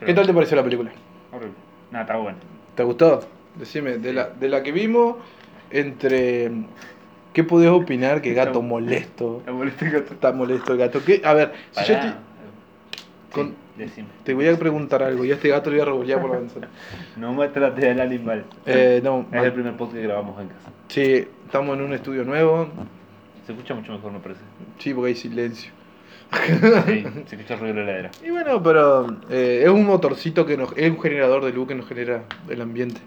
Mm. ¿Qué tal te pareció la película? Horrible. Nada, está bueno. ¿Te gustó? Decime, de la, de la que vimos, entre. ¿Qué podés opinar que gato Está- molesto? Está molesto el gato. Está molesto el gato. ¿Qué? A ver, si yo Pará. te, con- Sí, decime. te voy a preguntar algo y a este gato le voy a revolear por la ventana. No me trates del animal. Eh, no, es mal. el primer podcast que grabamos en casa. Sí, estamos en un estudio nuevo. Se escucha mucho mejor, me parece. Sí, porque hay silencio. Sí, se escucha el ruido de la heladera. Y bueno, pero eh, es un motorcito que nos. Es un generador de luz que nos genera el ambiente.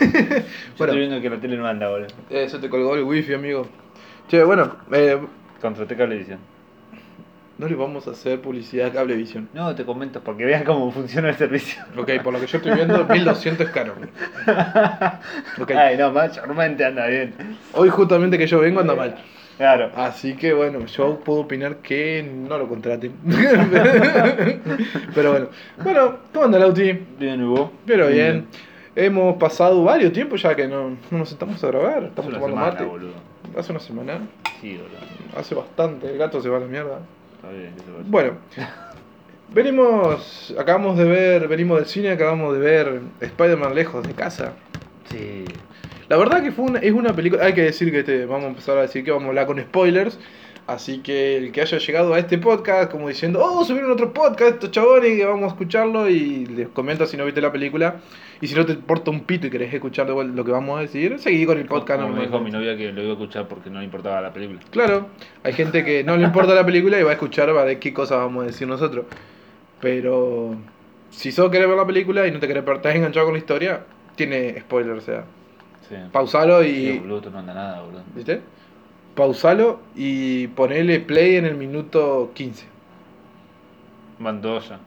Yo Bueno. estoy viendo que la tele no anda, boludo. Eh, se te colgó el wifi, amigo. Che, bueno, eh, Contraté Cablevisión. no le vamos a hacer publicidad a Cablevisión. No, te comento, porque veas cómo funciona el servicio. Ok, por lo que yo estoy viendo, 1200 es caro. Ok. Ay, no, mayormente anda bien. Hoy justamente que yo vengo anda mal. Claro. Así que bueno, yo puedo opinar que no lo contraten. Pero bueno. Bueno, ¿cómo anda Lauti? Bien, Hugo. Pero bien. Hemos pasado varios tiempos ya que no, no nos sentamos a grabar. Hace Estamos una tomando semana, mate. boludo. Hace una semana. Sí, boludo. Hace bastante. El gato se va a la mierda. Está bien, que se vaya. Bueno, venimos, acabamos de ver, venimos del cine, acabamos de ver Spider-Man lejos de casa. Sí. La verdad que fue una- es una película, hay que decir que este, vamos a empezar a decir que vamos a hablar con spoilers. Así que el que haya llegado a este podcast, como diciendo, oh, subieron otro podcast estos chabones, que vamos a escucharlo, y les comenta si no viste la película. Y si no te importa un pito y querés escuchar de vuelta lo que vamos a decir, seguí con el podcast Como me normal. dijo mi novia que lo iba a escuchar porque no le importaba la película. Claro, hay gente que no le importa la película y va a escuchar va, de qué cosas vamos a decir nosotros. Pero si solo querés ver la película y no te querés per- estás enganchado con la historia, tiene spoiler, o sea, Sí. pausalo Sí, y boludo, esto no anda nada, boludo. ¿viste? Pausalo y ponele play en el minuto 15. Van dos ya.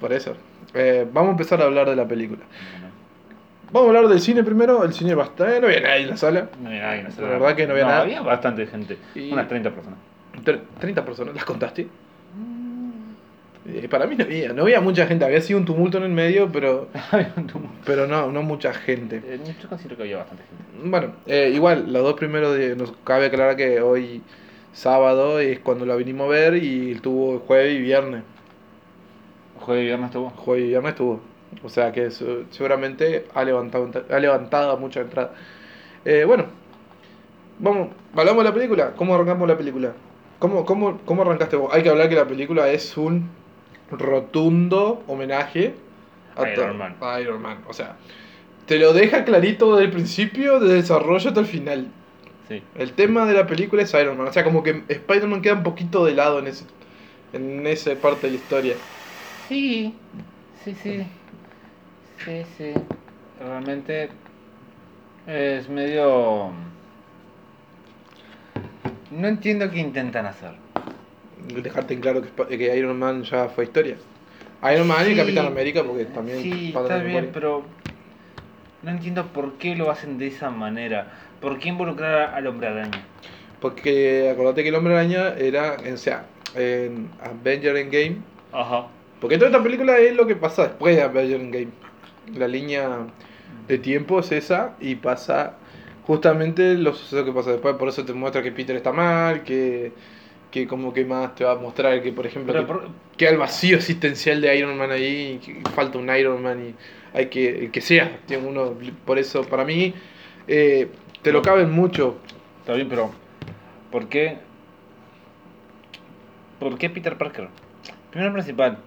Por eso. Eh, vamos a empezar a hablar de la película. Vamos a hablar del cine primero. El cine bastante. eh, No había nadie en la sala. No había nadie en sala. La verdad que no había nada. Había bastante gente. Y- Unas 30 personas. Tre- 30 personas, ¿las contaste? Eh, para mí no había, no había mucha gente. Había sido un tumulto en el medio, pero Había un tumulto. Pero no, no mucha gente. Eh, Yo considero que había bastante gente. Bueno, eh, igual, los dos primeros de- nos cabe aclarar que hoy sábado es cuando la vinimos a ver y estuvo jueves y viernes. Jueves y viernes estuvo. Jueves y viernes estuvo. O sea que su- seguramente ha levantado, ent- ha levantado mucha entrada. Eh, bueno, vamos, hablamos de la película. ¿Cómo arrancamos la película? ¿Cómo, cómo, ¿Cómo arrancaste vos? Hay que hablar que la película es un rotundo homenaje Iron todo- Man. a Iron Man. O sea, te lo deja clarito desde el principio, desde el desarrollo hasta el final. Sí. El tema de la película es Iron Man. O sea, como que Spider-Man queda un poquito de lado en, ese, en esa parte de la historia. Sí, sí, sí. Sí, sí. Realmente es medio... mm, No entiendo qué intentan hacer. dejarte en claro que, Sp- que Iron Man ya fue historia. Iron Man y Sí. Capitán América, porque también. Sí, falta está de bien, memoria. pero no entiendo por qué lo hacen de esa manera. ¿Por qué involucrar al hombre araña? Porque acordate que el hombre araña era. O sea, en Avenger Endgame. Ajá. Porque toda esta película es lo que pasa después de Avenger Endgame. La línea de tiempo es esa y pasa justamente los sucesos que pasa después. Por eso te muestra que Peter está mal, que. Que como que más te va a mostrar que, por ejemplo, Pero que- por- queda el vacío existencial de Iron Man ahí, que falta un Iron Man y hay que, el que sea, tiene uno, por eso para mí eh, te lo caben mucho. Está bien, pero ¿por qué? ¿Por qué Peter Parker? Primero y principal,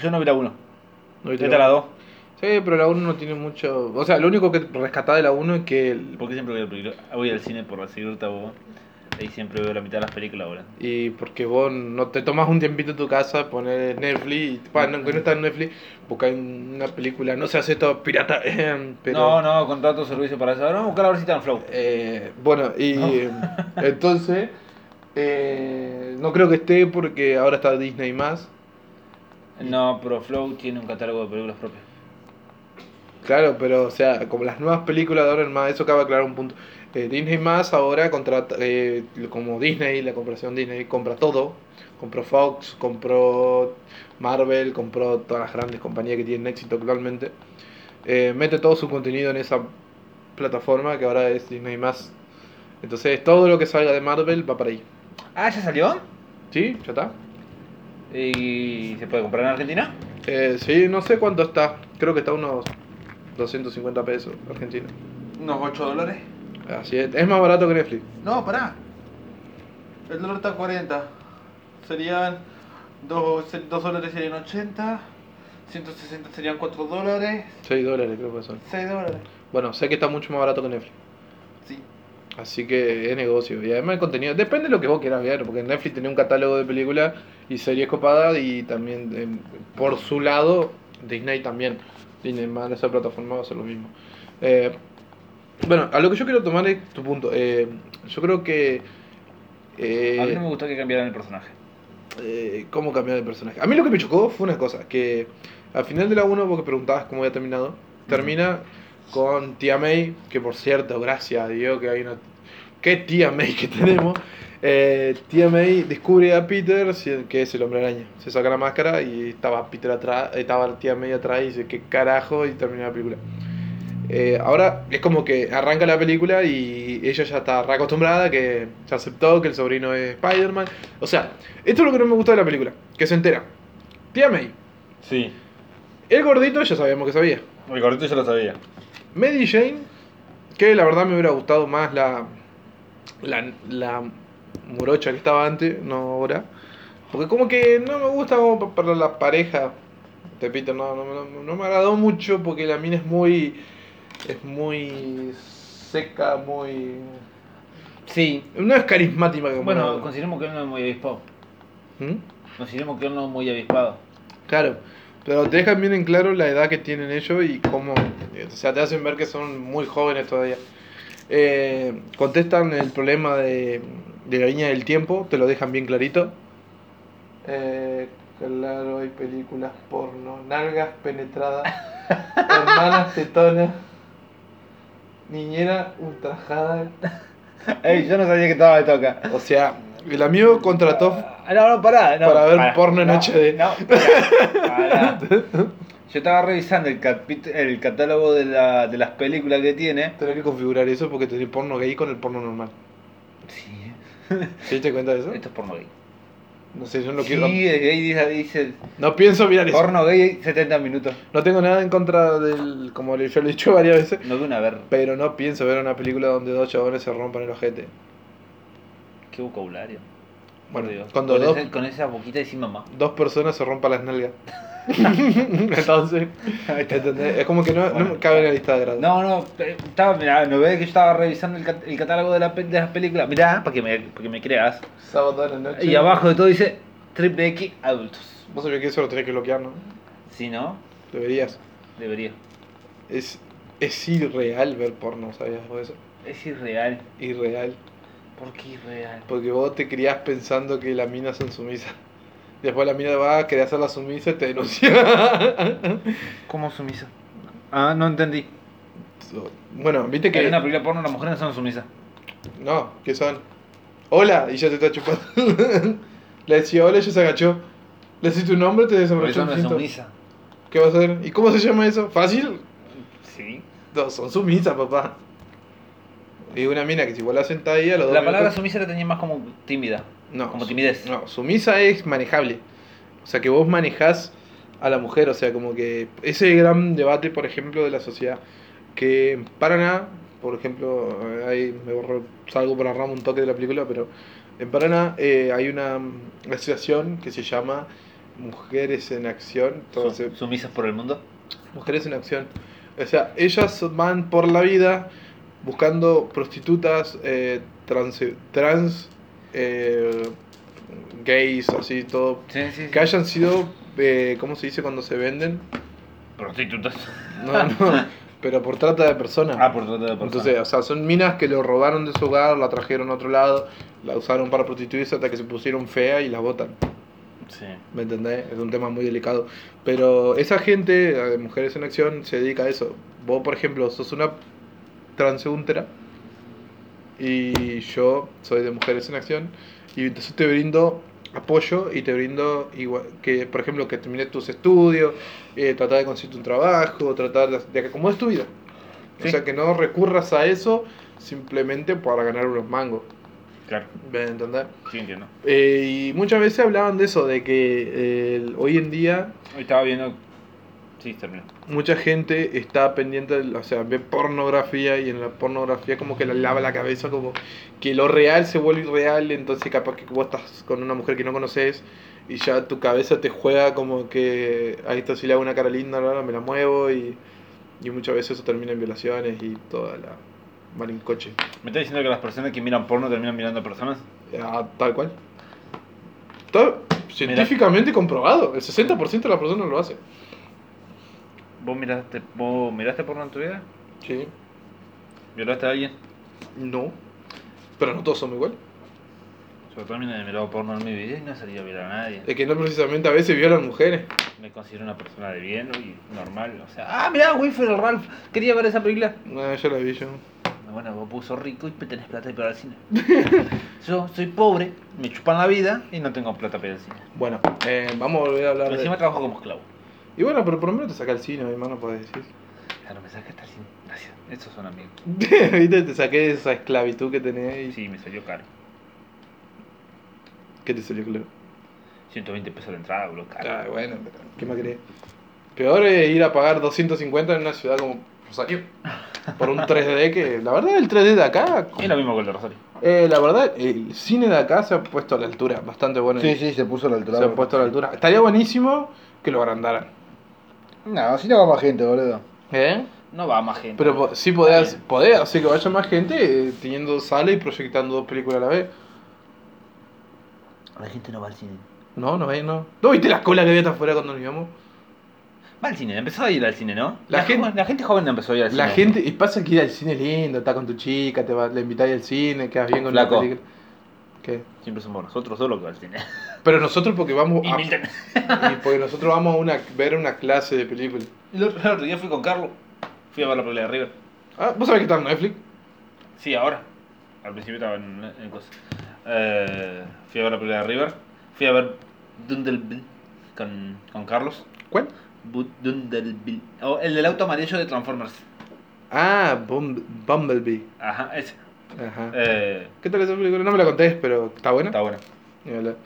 yo no vi la 1, ¿no? vete a la 2. Sí, pero la 1 no tiene mucho, o sea, lo único que rescatá de la 1 es que, el- ¿Por qué siempre voy al, peligro- voy al cine por recibirte a vos? Ahí siempre veo la mitad de las películas ahora. y porque vos no te tomas un tiempito en tu casa, poner Netflix, y, pa, no, que no está en Netflix, busca una película, no se hace esto pirata, em, pero... No, no, contrato servicio para eso. Ahora Vamos a buscar a ver si está en Flow. Eh, bueno, y No. eh, entonces, eh, no creo que esté porque ahora está Disney más. No, pero Flow tiene un catálogo de películas propias. Claro, pero o sea, como las nuevas películas de ahora en más, eso acaba de aclarar un punto. Eh, Disney más ahora contrata, eh, como Disney, la comparación Disney compra todo. Compró Fox, compró Marvel, compró todas las grandes compañías que tienen éxito actualmente. Eh, mete todo su contenido en esa plataforma que ahora es Disney más. Entonces todo lo que salga de Marvel va para ahí. Ah, ¿ya salió? ¿Sí? ¿Ya está? ¿Y se puede comprar en Argentina? Eh, sí, no sé cuánto está. Creo que está unos 250 pesos Argentina. Unos 8 dólares. Así es. Es más barato que Netflix. No, pará. El dólar está a 40. Serían 2, dólares serían 80. 160 serían 4 dólares. 6 dólares creo que son. 6 dólares. Bueno, sé que está mucho más barato que Netflix. Sí. Así que es negocio. Y además el contenido. Depende de lo que vos quieras ver. Porque Netflix tiene un catálogo de películas y series copadas. Y también, em, por su lado, Disney también. Disney más esa plataforma va a hacer lo mismo. Eh, bueno, a lo que yo quiero tomar es tu punto. Eh, yo creo que. eh, A mí no me gustó que cambiaran el personaje. eh, cómo cambiar de personaje. A mí lo que me chocó fue una cosa, que al final de la 1, porque preguntabas cómo había terminado, termina con tía May, que por cierto, gracias a Dios que hay una... ¿Qué tía May que tenemos? Eh, tía May descubre a Peter, si- que es el hombre araña. Se saca la máscara y estaba Peter atrás, estaba tía May atrás y dice, ¿qué carajo? Y termina la película. Eh, ahora es como que arranca la película y ella ya está re acostumbrada, que ya aceptó que el sobrino es Spider-Man. O sea, esto es lo que no me gusta de la película, que se entera. Tía May, Sí. el gordito ya sabíamos que sabía. El gordito ya lo sabía. Mary Jane, que la verdad me hubiera gustado más la, la, la morocha que estaba antes, no ahora. Porque como que no me gusta como pa- para la pareja de Peter, no, no, no- no me agradó mucho porque la mina es muy, es muy seca, muy... Sí. No es carismática como... Bueno, una- consideremos que él no es muy avispado. ¿Mm? Consideremos que él no es muy avispado. Claro, pero te dejan bien en claro la edad que tienen ellos y cómo, eh, o sea, te hacen ver que son muy jóvenes todavía. Eh, contestan el problema de, de la línea del tiempo, te lo dejan bien clarito. Eh, claro, hay películas porno, nalgas penetradas, hermanas tetonas, niñera ultrajada. Ey, yo no sabía que estaba de toca. O sea, el amigo contrató Ah, No, no, pará. No, Para ver pará. porno en No, HD. No, pará, pará. Yo estaba revisando el, capit- el catálogo de, la- de las películas que tiene. tener que configurar eso porque tenés porno gay con el porno normal. Sí. ¿Te diste cuenta de eso? Esto es porno gay. No sé, yo no sí, quiero. es gay dice, dice No pienso mirar eso. porno gay 70 minutos. No tengo nada en contra del. Como le- yo lo he dicho varias veces. No de una ver. Pero no pienso ver una película donde dos chabones se rompan el ojete. Qué vocabulario. Bueno, Por Dios. cuando con, dos, ese- con esa boquita decís mamá. dos personas se rompan las nalgas. Entonces, ¿entendés? es como que no, no Bueno. cabe en la lista de grado. No, no, eh, estaba, mirá, no ves que yo estaba revisando el, cat- el catálogo de, la pe- de las películas. Mirá, para que me, para que me creas. Sábado a la noche. Y abajo de todo dice triple X adultos. Vos sabés que eso lo tenés que bloquear, ¿no? Si no, Deberías. debería. Es, es irreal ver porno, ¿sabías vos eso? Es irreal. Irreal. ¿Por qué irreal? Porque vos te criás pensando que las minas son sumisas. Después la mina va a querer hacer la sumisa y te denuncia. ¿Cómo sumisa? Ah, no entendí. Eh, Bueno, viste Que en que. una película porno las mujeres no son sumisas. No, que son. Hola, y ya te está chupando. Le decía hola y ya se agachó. Le decís tu nombre, te Por desabrochó eso el no es cinto. sumisa. ¿Qué vas a hacer? ¿Y cómo se llama eso? ¿Fácil? Sí. No, son sumisas, papá. Y una mina que si vos la sentás ahí a los dos La palabra minutos- sumisa la tenía más como tímida. No, como su- timidez. No, sumisa es manejable. O sea, que vos manejás a la mujer. O sea, como que ese gran debate, por ejemplo, de la sociedad. Que en Paraná, por ejemplo, eh, ahí me borro, salgo por la rama un toque de la película, pero en Paraná eh, hay una mm, asociación que se llama Mujeres en Acción. Entonces, Son sumisas por el mundo. Mujeres en acción. O sea, ellas van por la vida buscando prostitutas eh, trans, trans eh, gays, así todo. Sí, sí. sí. Que hayan sido, eh, ¿cómo se dice cuando se venden? Prostitutas. No, no, pero por trata de personas. Ah, por trata de personas. Entonces, o sea, son minas que lo robaron de su hogar, la trajeron a otro lado, la usaron para prostituirse hasta que se pusieron fea y la botan. Sí. ¿Me entendés? Es un tema muy delicado. Pero esa gente, la de Mujeres en Acción, se dedica a eso. Vos, por ejemplo, sos una transeúntera y yo soy de Mujeres en Acción y entonces te brindo apoyo y te brindo igual que por ejemplo que termines tus estudios eh, tratar de conseguir un trabajo tratar de, de que acomodes tu vida o Sí. sea que no recurras a eso simplemente para ganar unos mangos Claro, ¿Me entendés? sí entiendo. Eh, y muchas veces hablaban de eso, de que eh, el- hoy en día Hoy estaba viendo. Sí, terminó. mucha gente está pendiente, del- o sea, ve pornografía y en la pornografía como que la lava la cabeza, como que lo real se vuelve irreal, entonces capaz que vos estás con una mujer que no conoces y ya tu cabeza te juega como que ahí está si le hago una cara linda, bla, bla, me la muevo y, y muchas veces eso termina en violaciones y toda la marincoche. ¿Me estás diciendo que las personas que miran porno terminan mirando a personas? Ah, tal cual. Está científicamente comprobado. El 60% de las personas lo hace. ¿Vos miraste, vos miraste porno en tu vida? Sí. ¿Violaste a alguien? No. Pero no todos somos igual. Yo también he mirado porno en mi vida y no he salido a violar a nadie. Es que no precisamente a veces violan mujeres. Me considero una persona de bien y normal. O sea, ah, mirá, Wilfred Ralph, quería ver esa película. No, yo la Ah, vi yo. Bueno, vos puso rico y tenés plata para ir al cine. Yo soy pobre, me chupan la vida y no tengo plata para ir al cine. Bueno, eh, vamos a volver a hablar Pero de... encima trabajo como esclavo. Y bueno, pero por lo menos te saca el cine, hermano, podés decir. Claro, me sacaste al cine. Gracias. Esos son amigos. Viste, te saqué de esa esclavitud que tenés y... Sí, me salió caro. ¿Qué te salió claro? 120 pesos de entrada, boludo, Ah, caro. bueno, pero ¿qué más querés? Peor es ir a pagar 250 en una ciudad como Rosario. Por un 3D que... La verdad, el 3D de acá... Es lo mismo que el de Rosario. Eh, la verdad, el cine de acá se ha puesto a la altura, bastante bueno. Sí, sí, se puso a la altura. Se ha puesto a la altura. Estaría buenísimo que lo agrandaran. No, así no va más gente, boludo. ¿Eh? No va más gente. Pero po- sí podés, Está bien. podés hacer que vaya más gente eh, teniendo sala y proyectando dos películas a la vez. La gente no va al cine. No, no hay, no. ¿No viste la cola que había hasta afuera cuando nos íbamos? Va al cine, empezó a ir al cine, ¿no? La gente- joven- la gente joven empezó a ir al cine. La gente, y pasa que ir al cine es lindo, estás con tu chica, te va, la invitáis al cine, quedas bien con Flaco. la película. ¿Qué? Siempre somos nosotros solos que va al cine. Pero nosotros porque vamos Y a, Milton. y porque nosotros vamos a una, ver una clase de película. El otro, el otro día fui con Carlos. Fui a ver la película de River. Ah, ¿Vos sabés que está en Netflix? Sí, ahora. Al principio estaba en, en cosas. Eh, fui a ver la película de River. Fui a ver Dundalville con, con Carlos. ¿Cuál? Bu- Dundalville. Oh, el del auto amarillo de Transformers. Ah, Bumb- Bumblebee. Ajá, ese. Ajá. Eh, ¿Qué tal esa película? No me la contés, pero está buena. está bueno. Ni hablar.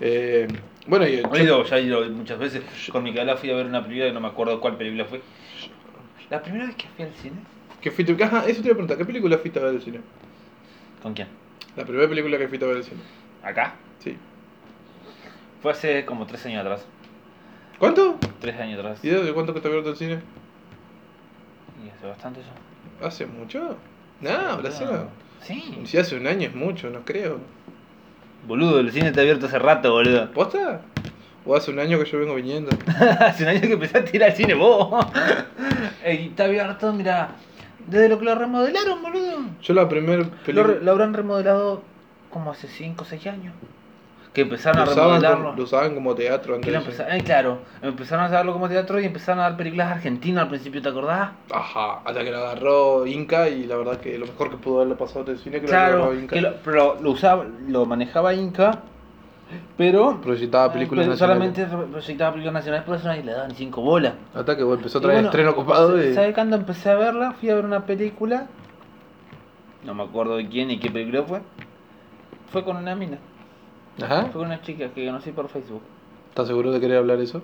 Eh, bueno, y He ido, ya he ido muchas veces. Con Micaela fui a ver una película que no me acuerdo cuál película fue. La primera vez que fui al cine. ¿qué fuiste? Ajá, eso te iba a preguntar. ¿Qué película fuiste a ver al cine? ¿Con quién? La primera película que fuiste a ver al cine. ¿Acá? Sí. Fue hace como tres años atrás. ¿Cuánto? Tres años atrás. ¿Y desde cuánto que te abierto el cine? Y hace bastante ya. ¿Hace mucho? No, Ah, Brasil. Sí. Si hace un año es mucho, no creo. Boludo, el cine está abierto hace rato, boludo. ¿Posta? ¿O hace un año que yo vengo viniendo? Hace un año que empezaste a ir al cine vos. Ey, está abierto, mira. Desde lo que lo remodelaron, boludo. Yo la primera Lo, re- película... lo habrán remodelado como hace 5 o 6 años. Que empezaron Lo a usaban, remodelarlo. como, lo usaban como teatro Que antes. lo de- empeza- eh, claro, empezaron a hacerlo como teatro y empezaron a dar películas argentinas al principio, ¿te acordás? Ajá, hasta que lo agarró Inca y la verdad que lo mejor que pudo haberle pasado al cine que lo Claro, agarró Inca. que lo, pero lo usaba, lo manejaba Inca, pero, Proyectaba películas pero nacionales. solamente re- proyectaba películas nacionales, por eso nadie le daban ni cinco bolas. Hasta que empezó a Y traer bueno, estreno copado y... ¿Sabes cuándo empecé a verla? Fui a ver una película. No me acuerdo de quién y qué película fue. Fue con una mina. Ajá. Fue con una chica que conocí por Facebook. ¿Estás seguro de querer hablar eso?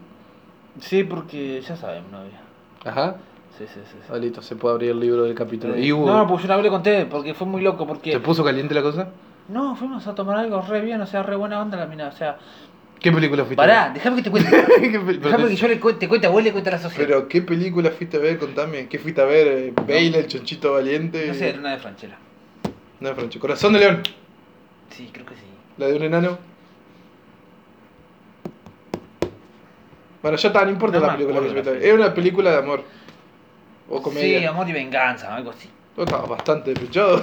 Sí, porque ya sabemos, novia. Ajá. Sí, sí, sí. sí. Ah, listo, se puede abrir el libro del capítulo. Eh, y hubo- no, pues yo una vez le conté, porque fue muy loco, ¿Te porque... puso caliente la cosa? No, fuimos a tomar algo re bien, o sea, re buena onda la mina, o sea... ¿Qué película fuiste a Pará, ver? déjame que te cuente. ¿Qué pel- déjame pero, que yo le cuente, te cuente a vos y le cuente a la sociedad. pero ¿qué película fuiste a ver? Contame. ¿Qué fuiste a ver? Eh, Bale, el chonchito valiente. No sé, era una de Franchella. No, Francho. Corazón de León. Sí, creo que sí. La de un enano. Bueno, ya está, no importa No la me película que acuerdo fuiste a ver. la Es una película de amor. O Sí, comedia. amor y venganza, algo así. Yo estaba bastante despechado.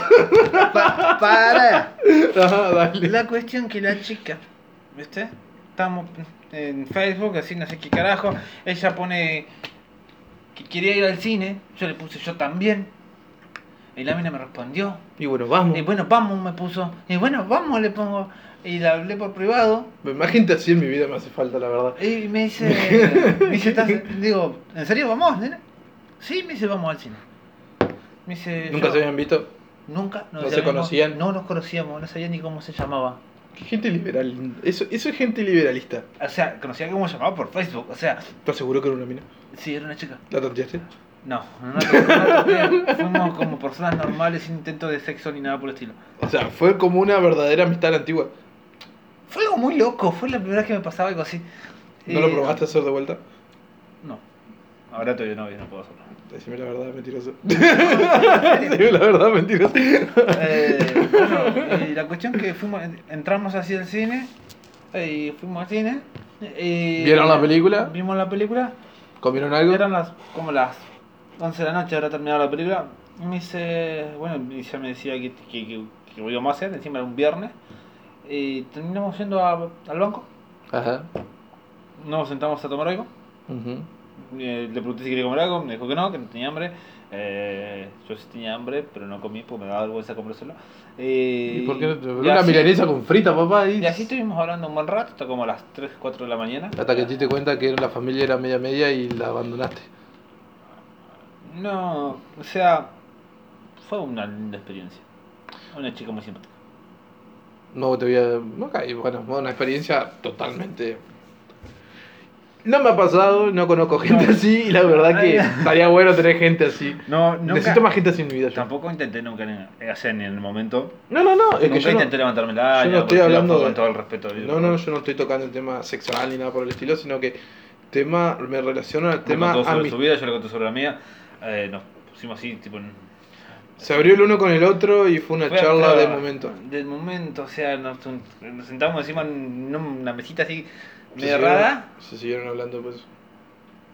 Pará. Ajá, Ah, dale. La cuestión que la chica, ¿viste? Estamos en Facebook, así no sé qué carajo. Ella pone que quería ir al cine. Yo le puse yo también. Y la mina me respondió. Y bueno, vamos. Y bueno, vamos, me puso. Y bueno, vamos, le pongo. Y la hablé por privado. Más gente así en mi vida me hace falta, la verdad. Y me dice, me dice, "¿Estás- digo, ¿en serio vamos, nena? Sí, me dice, vamos al cine. Me dice, ¿Nunca yo- se habían visto? Nunca nos No se llamemos- conocían. No nos conocíamos, no sabía ni cómo se llamaba. Qué gente liberal. Eso, eso es gente liberalista. O sea, conocía cómo se llamaba por Facebook. O sea, ¿Estás seguro que era una mina? sí, era una chica. ¿La tanteaste? No, no, la toqué, no la toqué. Fuimos como personas normales sin intento de sexo ni nada por el estilo. O sea, fue como una verdadera amistad antigua. Fue algo muy loco, fue la primera vez que me pasaba algo así. ¿No Eh, lo probaste a hacer de vuelta? No. Ahora todavía no, no puedo hacerlo. Decime la verdad, mentiroso. Decime la verdad, mentiroso. Eh, bueno, y la cuestión que fuimos, entramos así al cine, eh, y fuimos al cine. y- ¿Vieron la película? Vimos la película. ¿Comieron algo? Eran las, como las 11 de la noche, habrá terminado la película. Y me dice, bueno, y ya me decía que, que, que, que lo íbamos a hacer, encima era un viernes. Y terminamos yendo a- al banco, Ajá. nos sentamos a tomar algo. Ujú. Eh, le pregunté si quería comer algo, me dijo que no, que no tenía hambre. Eh, yo sí tenía hambre, pero no comí porque me daba vergüenza comérselo. Eh, ¿Y por qué no te- y Una así- milanesa con frita, papá. Y... Y así estuvimos hablando un buen rato, hasta como a las 3, 4 de la mañana. Hasta que te diste cuenta que la familia era media media y la abandonaste. No, o sea, fue una linda experiencia. Una chica muy simpática. No te voy a. Ok, bueno, fue una experiencia totalmente. No me ha pasado, no conozco gente así y la verdad que estaría bueno tener gente así. No, nunca, Necesito más gente así en mi vida. yo. Tampoco intenté nunca, ni- o sea, ni en el momento. No, no, no, es nunca que yo no, intenté levantarme la yo no estoy hablando con de- todo el respeto. del no, no, yo no estoy tocando el tema sexual ni nada por el estilo, sino que tema me relaciono al tema contó sobre amist- su vida, yo le conté sobre la mía. Eh, nos pusimos así, tipo. en- Se abrió el uno con el otro y fue una Fue, charla claro, de momento. Del momento, o sea, nos, nos sentamos encima en una mesita así, Se medio siguieron- rara. Se siguieron hablando pues.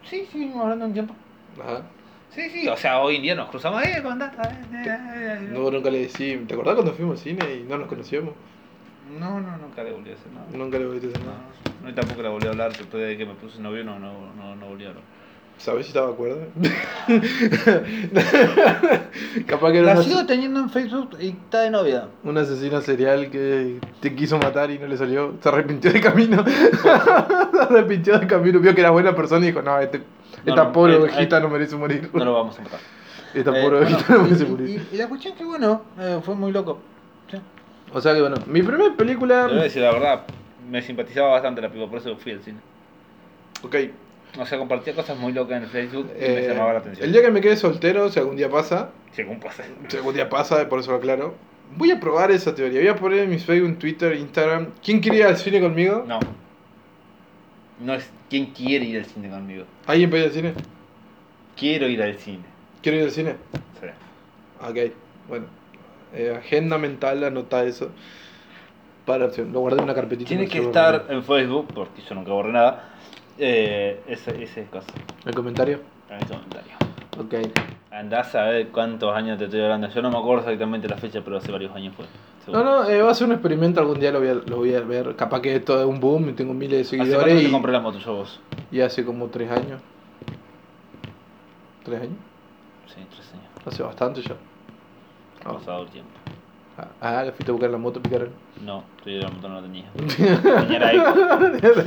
Sí, sí, hablando un tiempo. Ajá. Sí, sí, o sea, hoy en día nos cruzamos, eh, ¿cómo andás? Eh, eh, No, nunca le decí, ¿te acordás cuando fuimos al cine y no nos conocíamos? No, no, nunca le volví a hacer nada. Nunca le volví a decir nada. No, no, y tampoco la volví a hablar después de que me puse novio, no, no, no, no volví a hablar. ¿Sabés si estaba de acuerdo? Capaz que era La un, sigo as- teniendo en Facebook y está de novia. un asesino serial que te quiso matar y no le salió. Se arrepintió de camino. se arrepintió de camino. Vio que era buena persona y dijo, no, este- esta no, pobre eh, ovejita eh, no merece morir. No lo vamos a matar. Esta Eh, pobre bueno, ovejita no merece y, morir. y- y la cuestión que bueno, eh, fue muy loco. Sí. O sea que bueno, mi primera Te voy a película... decir la verdad, me simpatizaba bastante la piba, por eso fui al cine. Ok. O sea, compartía cosas muy locas en Facebook y eh, me llamaba la atención. el día que me quede soltero, si algún día pasa, Sí, como puede ser. si algún día pasa, por eso lo aclaro, voy a probar esa teoría. Voy a poner en mis Facebook, en Twitter, Instagram. ¿Quién quiere ir al cine conmigo? No. No es quién quiere ir al cine conmigo. ¿Alguien puede ir al cine? Quiero ir al cine. ¿Quiero ir al cine? Sí. Ok, bueno. Eh, agenda mental, anota eso. Para opción. Lo guardé en una carpetita. Tiene no que sé, estar guardé. en Facebook, porque yo nunca borré nada. Eh, ese, ese cosa, ¿El comentario? en el comentario. Ok. Andás a ver cuántos años te estoy hablando. Yo no me acuerdo exactamente la fecha, pero hace varios años fue. No, seguro. no, eh, va a ser un experimento. Algún día lo voy a, lo voy a ver. Capaz que esto es un boom. y Tengo miles de ¿Hace cuánto seguidores. te Y, compré la moto yo vos? y hace como tres años. ¿Tres años? Sí, tres años. Hace bastante ya. Ha pasado el tiempo. Ah, ah, le fuiste a buscar la moto, picaron. No, tú y la moto no la tenía. Tenía la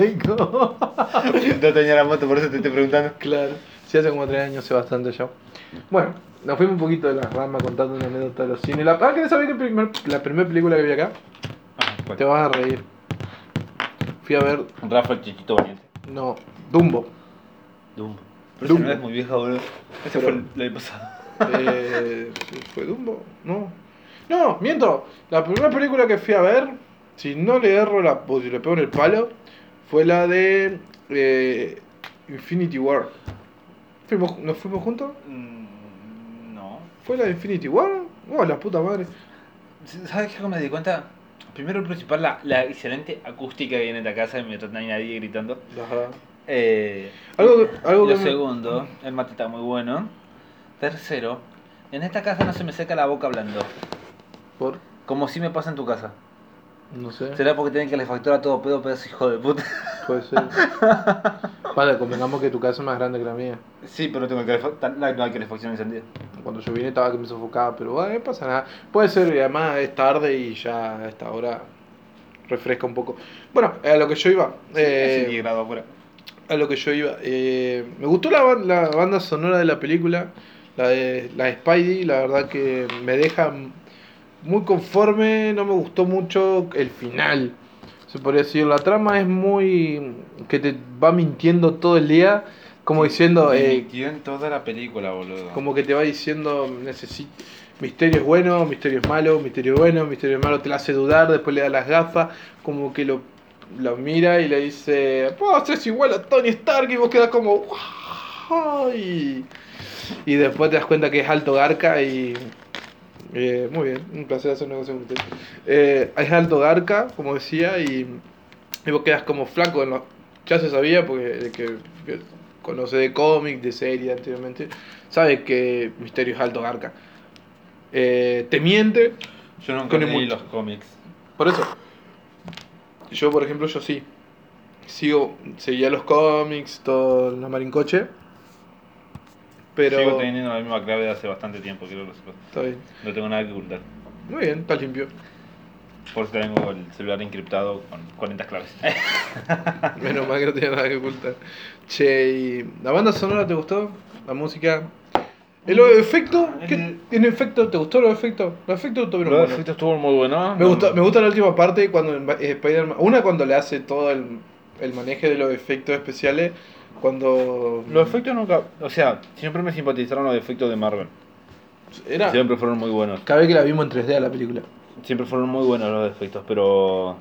Eco. No tenía la moto, por eso te estoy preguntando. Claro, sí, hace como tres años, hace bastante ya. Bueno, nos fuimos un poquito de las ramas contando una anécdota de los cines. La, ah, ¿querés saber qué primer- la primera película que vi acá? Ah, Te vas a reír. Fui a ver, Rafa el chichito valiente. no, Dumbo. Dumbo. Pero esa Dumbo. no es muy vieja, boludo. Ese Pero- fue el- el año pasado. Eh, ¿Fue Dumbo? No. No, miento. La primera película que fui a ver, si no le erro la, o si le pego en el palo, fue la de eh, Infinity War. Fuimos- ¿Nos fuimos juntos? Mm, No. ¿Fue la de Infinity War? Oh, la puta madre. ¿Sabes qué me di cuenta? Primero y principal, la, la excelente acústica que viene de la casa y mientras no hay nadie gritando. Ajá. Eh, Algo, algo lo que me- segundo, el mate está muy bueno. Tercero, en esta casa no se me seca la boca hablando. Por, Como si me pasa en tu casa. no sé, ¿Será porque tienen que le factura todo pedo, pedazo hijo de puta? puede ser. vale, convengamos que tu casa es más grande que la mía. Sí, pero tengo calefacción. No hay calefacción encendida. Cuando yo vine estaba que me sofocaba, pero bueno, no pasa nada. Puede ser, y además es tarde y ya a esta hora refresca un poco. Bueno, a lo que yo iba. eh, Sí, 10 grados afuera. a lo que yo iba. eh, me gustó la, ban- la banda sonora de la película, la de, la de Spidey, la verdad que me deja muy conforme, no me gustó mucho el final. Se podría decir, la trama es muy. que te va mintiendo todo el día, como diciendo. Me eh, mintió en toda la película, boludo. como que te va diciendo, necesito. Misterio es bueno, misterio es malo, misterio es bueno, misterio es malo, te la hace dudar, después le da las gafas, como que lo, lo mira y le dice, vos es igual a Tony Stark y vos quedás como, "Guay". Y después te das cuenta que es alto garca y... eh, muy bien, un placer hacer negocio con usted. Eh, es alto garca, como decía, y, y vos quedás como flaco, en lo- ya se sabía porque el que que conoce de cómic, de serie anteriormente, sabe que Misterio es alto garca. Eh, te miente, Yo nunca Con el leí mucho. los cómics. por eso. Yo, por ejemplo, yo sí. Sigo, seguía los cómics, todo la marincoche. Pero. Sigo teniendo la misma clave de hace bastante tiempo, creo que lo sepas. Está bien. No tengo nada que ocultar. Muy bien, está limpio. Por eso tengo el celular encriptado con 40 claves. Menos mal que no tenía nada que ocultar. Che, ¿y la banda sonora te gustó? ¿La música? ¿Y los Mm. efectos? ¿Qué, ¿En efecto? ¿Te gustó los efectos? Los efectos estuvieron Los buenos. efectos estuvo muy bueno. Me, gusta, me gusta la última parte cuando en Ba- eh, Spider-Man. Una cuando le hace todo el, el manejo de los efectos especiales. Cuando. Los efectos nunca. O sea, siempre me simpatizaron los efectos de Marvel. Era. Siempre fueron muy buenos. Cada vez que la vimos en 3D a la película. Siempre fueron muy buenos los efectos, pero.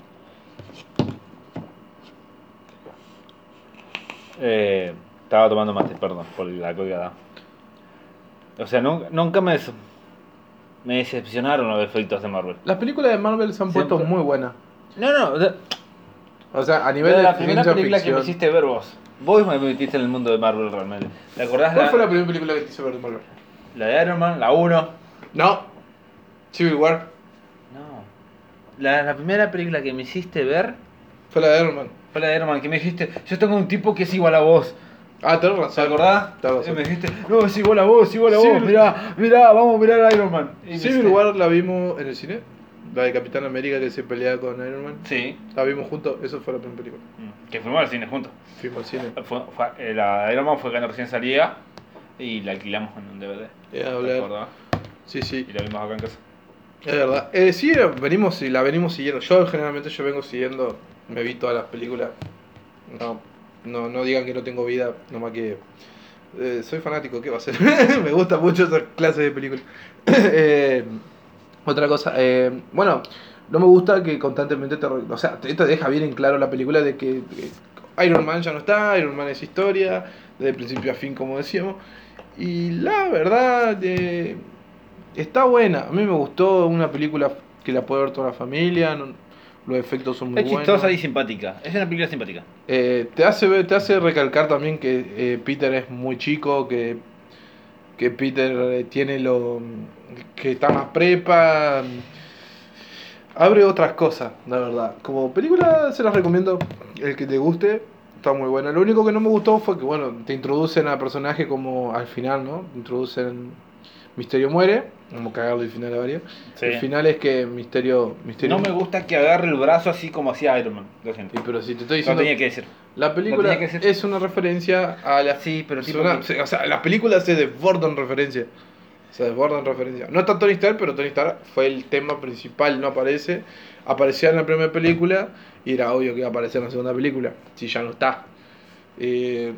Eh, estaba tomando mate, perdón, por la colgada. O sea, nunca, nunca me, des- me decepcionaron los efectos de Marvel. Las películas de Marvel se han puesto Siempre. muy buenas. No, no, de- O sea, a nivel de de. la primera ciencia película que me ficción. hiciste ver vos. Vos me metiste en el mundo de Marvel realmente. ¿Te acordás? ¿Cuál La, fue la primera película que te hizo ver de Marvel? la de Iron Man, la 1. No. Civil War. No. La, la primera película que me hiciste ver Fue la de Iron Man. fue la de Iron Man, que me dijiste, yo tengo un tipo que es igual a vos. Ah, tenés ¿Te razón. acordás? Tenés Y razón. me dijiste, no, es igual a vos, es igual a Civil- vos, mirá, mirá, vamos a mirar a Iron Man. Y me Civil dijiste- War la vimos en el cine. La de Capitán América que se peleaba con Iron Man. Sí. La vimos juntos. Eso fue la primera película. Mm, Que fuimos al cine juntos. Fuimos al cine. Fue, fue- eh, la Iron Man fue cuando recién salía y la alquilamos en un DVD. Eh, a ¿Te hablar. acordás? Sí, sí. Y la vimos acá en casa. Es verdad. Eh, sí, la venimos, sí, la venimos siguiendo. Yo generalmente yo vengo siguiendo, me vi todas las películas. No, no, no digan que no tengo vida, nomás que eh, soy fanático, ¿qué va a ser? me gusta mucho esas clases de películas. Eh, otra cosa, eh, bueno, no me gusta que constantemente te... re- O sea, te, te deja bien en claro la película de que eh, Iron Man ya no está, Iron Man es historia, desde principio a fin, como decíamos. Y la verdad... eh, Está buena, a mí me gustó una película que la puede ver toda la familia, no- los efectos son muy es buenos. chistosa y simpática. Es una película simpática. Eh, te, hace, ver- te hace recalcar también que eh, Peter es muy chico, que, que Peter eh, tiene lo... que está más prepa. mm, Abre otras cosas, la verdad. Como película se las recomiendo, el que te guste, está muy buena. Lo único que no me gustó fue que, bueno, te introducen a personajes como al final, ¿no? Te introducen... Misterio muere, como cagarle el final a varios. El final es que Misterio... Misterio No me gusta que agarre el brazo así como hacía Iron Man. Lo siento. Y pero si te No estoy diciendo... tenía que decir. La película tenía que ser. es una referencia a la... Sí, pero es tipo una- que- O sea, las películas se desbordan en referencia. Se desbordan en referencia. No está Tony Stark, pero Tony Stark fue el tema principal, no aparece. Aparecía en la primera película y era obvio que iba a aparecer en la segunda película, si ya no está. Eh,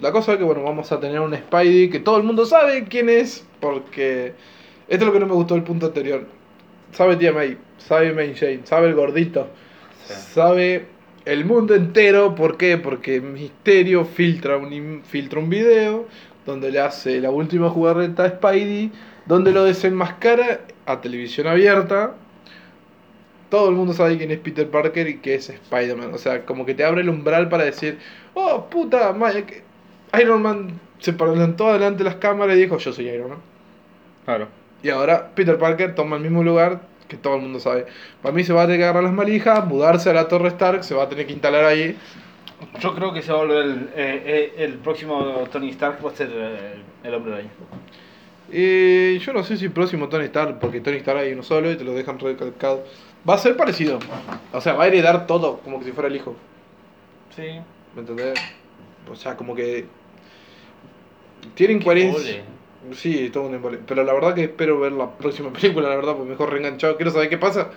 la cosa es que, bueno, vamos a tener un Spidey que todo el mundo sabe quién es, porque... Esto es lo que no me gustó del punto anterior. Sabe Tía May, sabe Main Jane, sabe el gordito, sabe el mundo entero. ¿Por qué? Porque Misterio filtra un, im- filtra un video donde le hace la última jugarreta a Spidey, donde lo desenmascara a televisión abierta. Todo el mundo sabe quién es Peter Parker y que es Spider-Man. O sea, como que te abre el umbral para decir, oh, puta, madre, que Iron Man se plantó delante de las cámaras y dijo, yo soy Iron Man. Claro. Y ahora Peter Parker toma el mismo lugar que todo el mundo sabe. Para mí se va a tener que agarrar las malijas, mudarse a la Torre Stark, se va a tener que instalar ahí. Yo creo que se va a volver el, eh, eh, el próximo Tony Stark va a ser eh, el hombre del año. Y yo no sé si próximo Tony Stark, porque Tony Stark hay uno solo y te lo dejan recalcado. Va a ser parecido. O sea, va a heredar todo, como que si fuera el hijo. Sí. ¿Me entendés? O sea, como que... Tienen coherencia. Sí, todo un embole. Pero la verdad que espero ver la próxima película, la verdad, porque mejor reenganchado. Quiero saber qué pasa.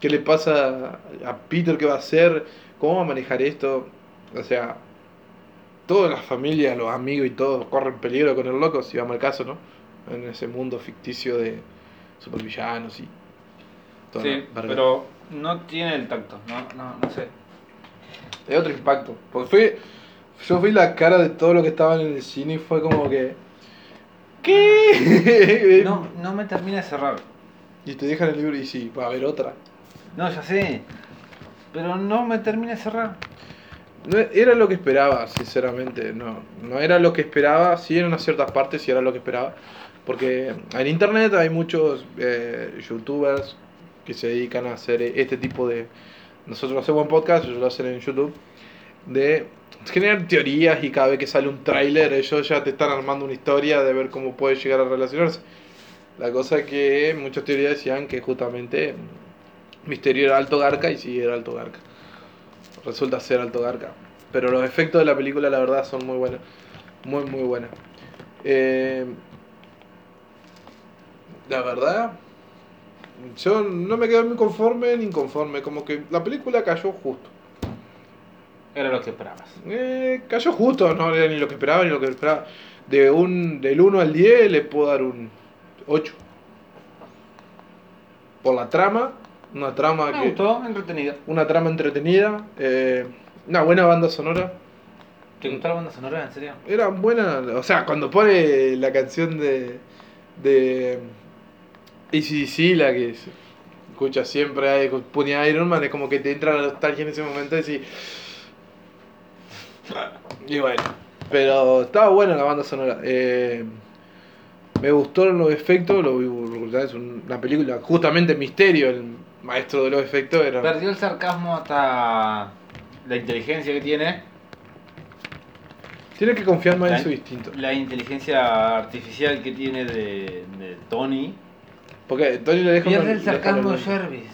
¿Qué le pasa a Peter? ¿Qué va a hacer? ¿Cómo va a manejar esto? O sea, todas las familias, los amigos y todos corren peligro con el loco, si vamos al caso, ¿no? En ese mundo ficticio de supervillanos y... toda la Sí, verga. pero no tiene el tacto, no, no, no sé. Es otro impacto. Porque fue. Yo vi la cara de todo lo que estaban en el cine y fue como que. ¿Qué? No, no me termina de cerrar. Y te dejan el libro y sí, va a haber otra. No, ya sé. Pero no me termina de cerrar. No era lo que esperaba, sinceramente. No, no era lo que esperaba. Sí, en unas ciertas partes sí era lo que esperaba. Porque en internet hay muchos eh, youtubers que se dedican a hacer este tipo de. Nosotros hacemos en podcast, ellos lo hacen en YouTube. De generar teorías y cada vez que sale un tráiler, ellos ya te están armando una historia de ver cómo puede llegar a relacionarse. La cosa que muchas teorías decían que justamente Misterio era alto garca y sí era alto garca resulta ser Alto Garca. Pero los efectos de la película, la verdad, son muy buenos. Muy, muy buenos. Eh, la verdad, yo no me quedé muy conforme ni inconforme. Como que la película cayó justo. Era lo que esperabas. Eh, cayó justo, no era ni lo que esperaba ni lo que esperaba. De un, del 1 al 10 le puedo dar un 8. Por la trama, una trama Me que gustó, entretenido. una trama entretenida, eh, una buena banda sonora. ¿Te gustó la banda sonora, en serio? Era buena, o sea, cuando pone la canción de. de. ACDC, la que se escucha siempre, ahí, que ponía Iron Man, es como que te entra la nostalgia en ese momento y decís. Y bueno, pero estaba buena la banda sonora. eh, me gustaron los efectos, lo vi, es una película, justamente Misterio, el maestro de los efectos, era. Perdió el sarcasmo hasta la inteligencia que tiene. Tiene que confiar más en Tan- su instinto. La inteligencia artificial que tiene de, de Tony. Porque Tony le deja Pierde con- el le deja sarcasmo con de el- Jervis.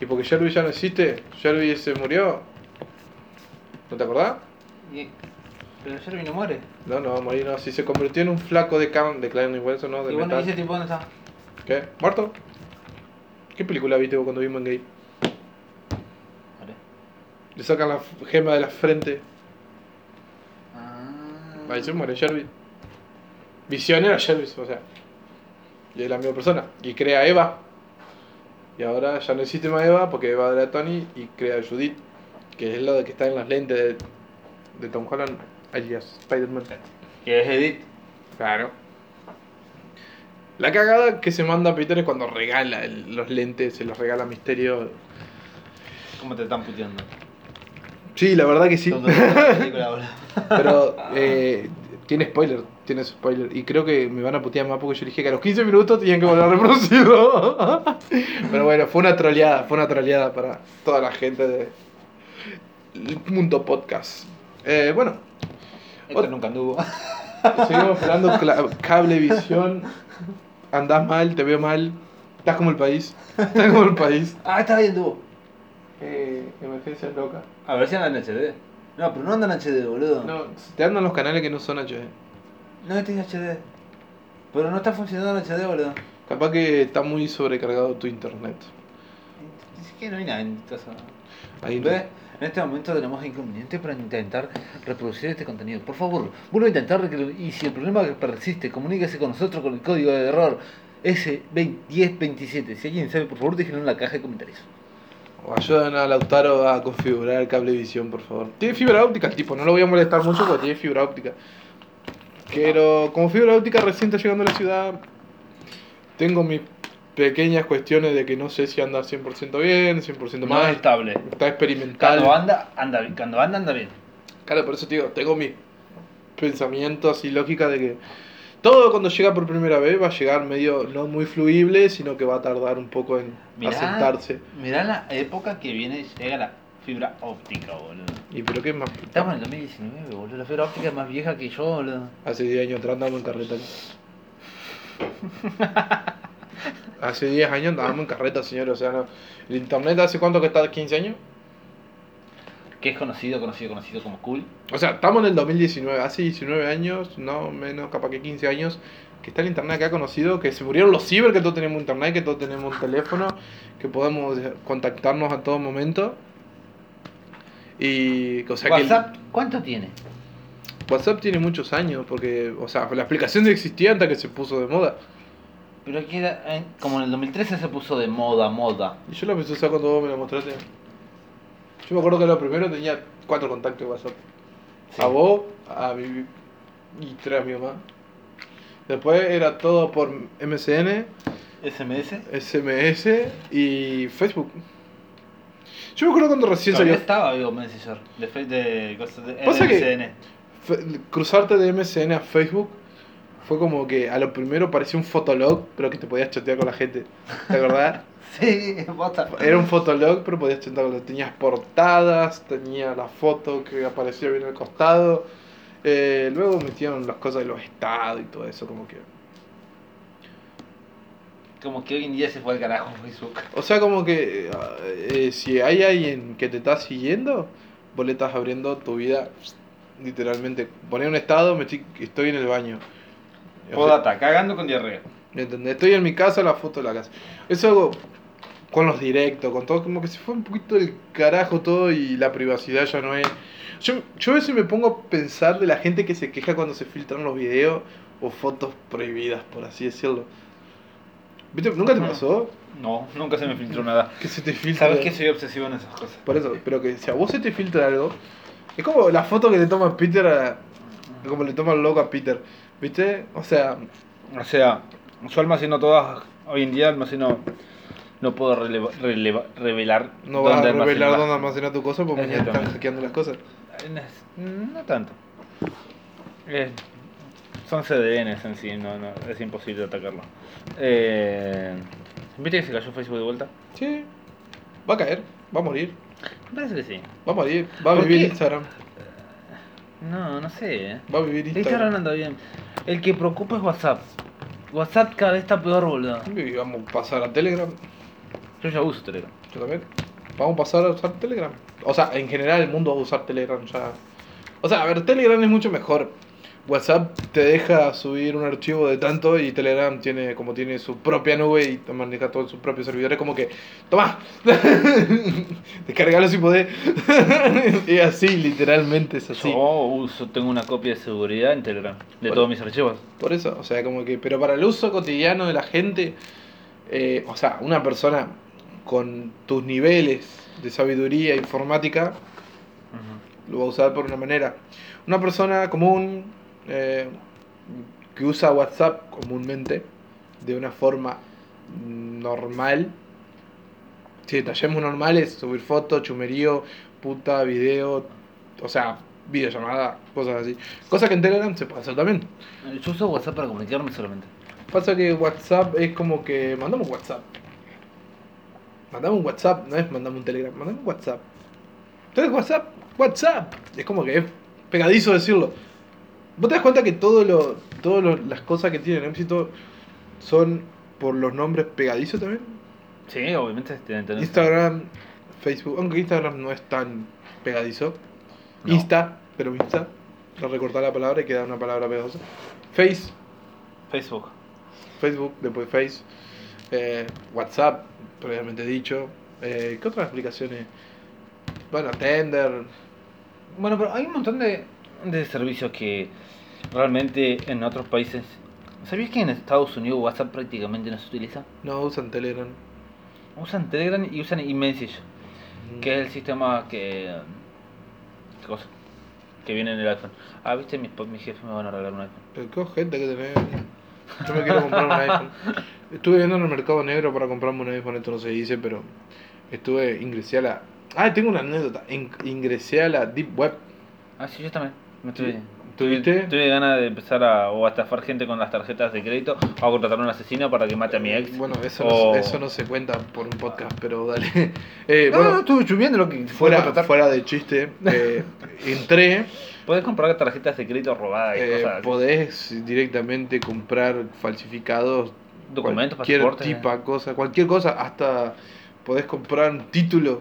Y porque Jervis ya no existe, Jervis se murió. ¿No te acordás? Y- Pero Jervis no muere. No, no va a morir, no. Si se convirtió en un flaco de Cam, de Clan y Wilson, ¿no? De Y bueno, metal. ¿y ese tipo dónde está? ¿Qué? ¿Muerto? ¿Qué película viste vos cuando vimos en gay? Vale. Le sacan la f- gema de la frente. Ah. Ahí se muere Jervis. Visión era Jervis, o sea. Y es la misma persona. Y crea Eva. Y ahora ya no existe más Eva porque Eva era Tony y crea Judith, que es la que está en las lentes de, de Tom Holland, alias Spider-Man. Que es Edith. Claro. La cagada que se manda Peter es cuando regala el- los lentes, se los regala a Misterio. ¿Cómo te están puteando? Sí, la verdad que sí. ¿Dónde está la película ahora? Pero eh, tiene spoiler, tiene su spoiler. Y creo que me van a putear más porque yo dije que a los 15 minutos tenían que volver a reproducirlo. Pero bueno, fue una troleada, fue una troleada para toda la gente de el Mundo Podcast. Eh, bueno, Esto nunca anduvo. seguimos hablando cla- Cablevisión. Andás mal, te veo mal. Estás como el país. Estás como el país. Ah, está bien anduvo. Eh, emergencias locas. A ver si anda en HD. No, pero no anda en HD, boludo. No, No, te andan los canales que no son HD. este es HD. Pero no está funcionando en HD, boludo. Capaz que está muy sobrecargado tu internet. Ni siquiera no hay nada en tu casa. Ahí ¿Ves? En este momento tenemos inconvenientes para intentar reproducir este contenido. Por favor, vuelvo a intentar recre- y si el problema persiste, comuníquese con nosotros con el código de error S1027. Si alguien sabe, por favor, déjenlo en la caja de comentarios. O ayudan a Lautaro a configurar el cablevisión, por favor. Tiene fibra óptica el tipo, no lo voy a molestar mucho porque tiene fibra óptica. Pero como fibra óptica recién está llegando a la ciudad, tengo mis pequeñas cuestiones de que no sé si anda 100% bien, 100% Más mal. estable. Está experimental. Cuando anda, anda bien. Cuando anda, anda bien. Claro, por eso te digo, tengo mis pensamientos y lógica de que todo cuando llega por primera vez va a llegar medio, no muy fluible, sino que va a tardar un poco en Mirá, asentarse. mirá la época que viene, llega la fibra óptica, boludo. ¿Y pero qué más? Estamos en el 2019, boludo. La fibra óptica es más vieja que yo, boludo. Hace 10 años atrás andábamos en carreta. hace 10 años andábamos en carreta, señor. O sea, no. ¿El internet hace cuánto que está? ¿15 años? que es conocido, conocido, conocido como cool. O sea, estamos en el 2019, hace 19 años, no menos, capaz que 15 años, que está el internet acá conocido, que se murieron los ciber, que todos tenemos internet, que todos tenemos un teléfono, que podemos contactarnos a todo momento. Y, o sea, que el- WhatsApp, ¿cuánto tiene? WhatsApp tiene muchos años, porque, o sea, la aplicación existía hasta que se puso de moda. Pero aquí era, eh, como en el 2013 se puso de moda, moda. Y yo la empecé a usar cuando vos me la mostraste. Yo me acuerdo que lo primero tenía cuatro contactos de WhatsApp. Sí. A vos, a mi... y tres a mi mamá. Después era todo por MSN, SMS. SMS y Facebook. Yo me acuerdo cuando recién Todavía salió estaba vivo Messenger, de, fe- de cosas de Pasa que- MSN. Fe- cruzarte de MSN a Facebook fue como que a lo primero parecía un fotolog, pero que te podías chatear con la gente. ¿Te acordás? Sí, bota. Era un fotolog, pero podías tentarlo. Tenías portadas, tenía la foto que aparecía bien al costado. Eh, luego metieron las cosas de los estados y todo eso, como que. Como que hoy en día se fue al carajo Facebook. O sea, como que eh, eh, si hay alguien que te está siguiendo, vos le estás abriendo tu vida literalmente. Poné un estado, me estoy, estoy en el baño. O sea, Podata, cagando con diarrea. ¿Me entendés? Estoy en mi casa, la foto de la casa. Eso hago con los directos, con todo, como que se fue un poquito el carajo todo y la privacidad ya no es. Yo, yo a veces me pongo a pensar de la gente que se queja cuando se filtran los videos o fotos prohibidas, por así decirlo. ¿Viste? ¿Nunca te Ujú. pasó? No, nunca se me filtró nada. Que se te filtra. Sabes que soy obsesivo en esas cosas. Por eso, pero que si a vos se te filtra algo, es como la foto que le toma Peter a. Como le toma el loco a Peter. ¿Viste? O sea, O sea, yo almaceno todas. Hoy en día almaceno. No puedo releva- releva- revelar. no vas a almaceno revelar las- dónde almacenar tu cosa porque ya están Exactamente. hackeando las cosas. No, no tanto. Eh, son CDNs en sí, no, no, es imposible atacarlo. Eh, ¿Viste que se cayó Facebook de vuelta? Sí. Va a caer, va a morir, Me parece que sí. va a morir, va a ¿Por vivir qué? Instagram, No, no sé. eh. va a vivir Instagram Instagram. anda bien. El que preocupa es WhatsApp. WhatsApp cada vez está peor, boludo. Y vamos a pasar a Telegram, Yo ya uso Telegram. yo también. Vamos a pasar a usar Telegram. O sea, en general el mundo va a usar Telegram ya. O sea, a ver, Telegram es mucho mejor. WhatsApp te deja subir un archivo de tanto y Telegram tiene como tiene su propia nube y te maneja todos sus propios servidores como que, toma, descargalo si podés. y así, literalmente es así. Yo oh, uso, tengo una copia de seguridad en Telegram. De Bueno. todos mis archivos. Por eso, o sea, como que, pero para el uso cotidiano de la gente, eh, o sea, una persona con tus niveles de sabiduría informática Ujú. lo va a usar por una manera. Una persona común eh, que usa WhatsApp comúnmente de una forma normal, si detallemos normales, subir fotos, chumerío, puta, video, o sea, videollamada, cosas así. Cosas que en Telegram se puede hacer también. Yo uso WhatsApp para comunicarme solamente. Pasa que WhatsApp es como que mandamos un WhatsApp. Mandamos un WhatsApp, no es mandamos un Telegram, mandamos un WhatsApp. Entonces WhatsApp, WhatsApp. Es como que es pegadizo decirlo. Vos te das cuenta que todas lo, todo lo- las cosas que tienen éxito son por los nombres pegadizos también. Sí, obviamente. te- te- Instagram, Facebook, aunque Instagram no es tan pegadizo. No. Insta, pero Insta. No recortar la palabra y queda una palabra pegajosa. Face, Facebook. Facebook, después Face, eh, WhatsApp, previamente dicho. Eh, ¿Qué otras aplicaciones? Bueno, Tender. Bueno, pero hay un montón de, de servicios que realmente en otros países. ¿Sabías que en Estados Unidos WhatsApp prácticamente no se utiliza? No usan Telegram. Usan Telegram y usan iMessage, Mm. que es el sistema que. mm, ¿Qué cosa? Que viene en el iPhone. Ah, viste, mis, po- mis jefes me van a regalar un iPhone. Pero qué gente que tenés. Yo me quiero comprar un iPhone. Estuve viendo en el mercado negro para comprarme un iPhone, esto no se dice, pero estuve, ingresé a la... Ah, tengo una anécdota. In- ingresé a la Deep Web. Ah, sí, yo también. Me ¿Tú- tuve, tuviste? Tuve, tuve ganas de empezar a, o a estafar gente con las tarjetas de crédito o a contratar a un asesino para que mate a mi ex. Bueno, eso, o- no, eso no se cuenta por un podcast, pero dale. Eh, No, bueno, no, estuve chupiendo lo que fue fuera, contratar. fuera de chiste, eh, entré... Podés comprar tarjetas de crédito robadas y Eh, cosas así. podés directamente comprar falsificados Documentos, cualquier pasaportes. tipa, cosa, cualquier cosa, hasta podés comprar un título.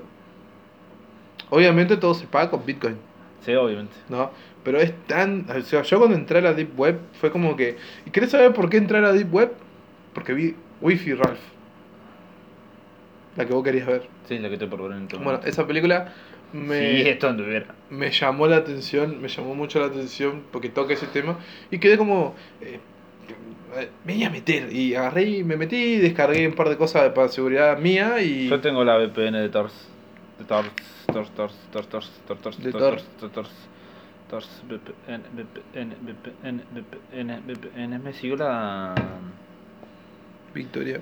Obviamente todo se paga con Bitcoin, Sí, obviamente. ¿no? Pero es tan... O sea, yo cuando entré a la Deep Web fue como que... ¿Y querés saber por qué entré a la Deep Web? Porque vi Wi-Fi Ralph. La que vos querías ver. Sí, es lo que te proponen en tu Bueno, esa película me, Si esto anduviera. me llamó la atención, me llamó mucho la atención porque toca ese tema y quedé como... eh, eh, me voy a meter y agarré y me metí y descargué un par de cosas para seguridad mía y... Yo tengo la VPN de Tors. De Tors, Tors, Tors, Tors, Tors, Tors, Tors, De Tors, Tors, Tors, Tors, VPN, VPN, VPN, VPN, VPN. Me siguió la. Victoria.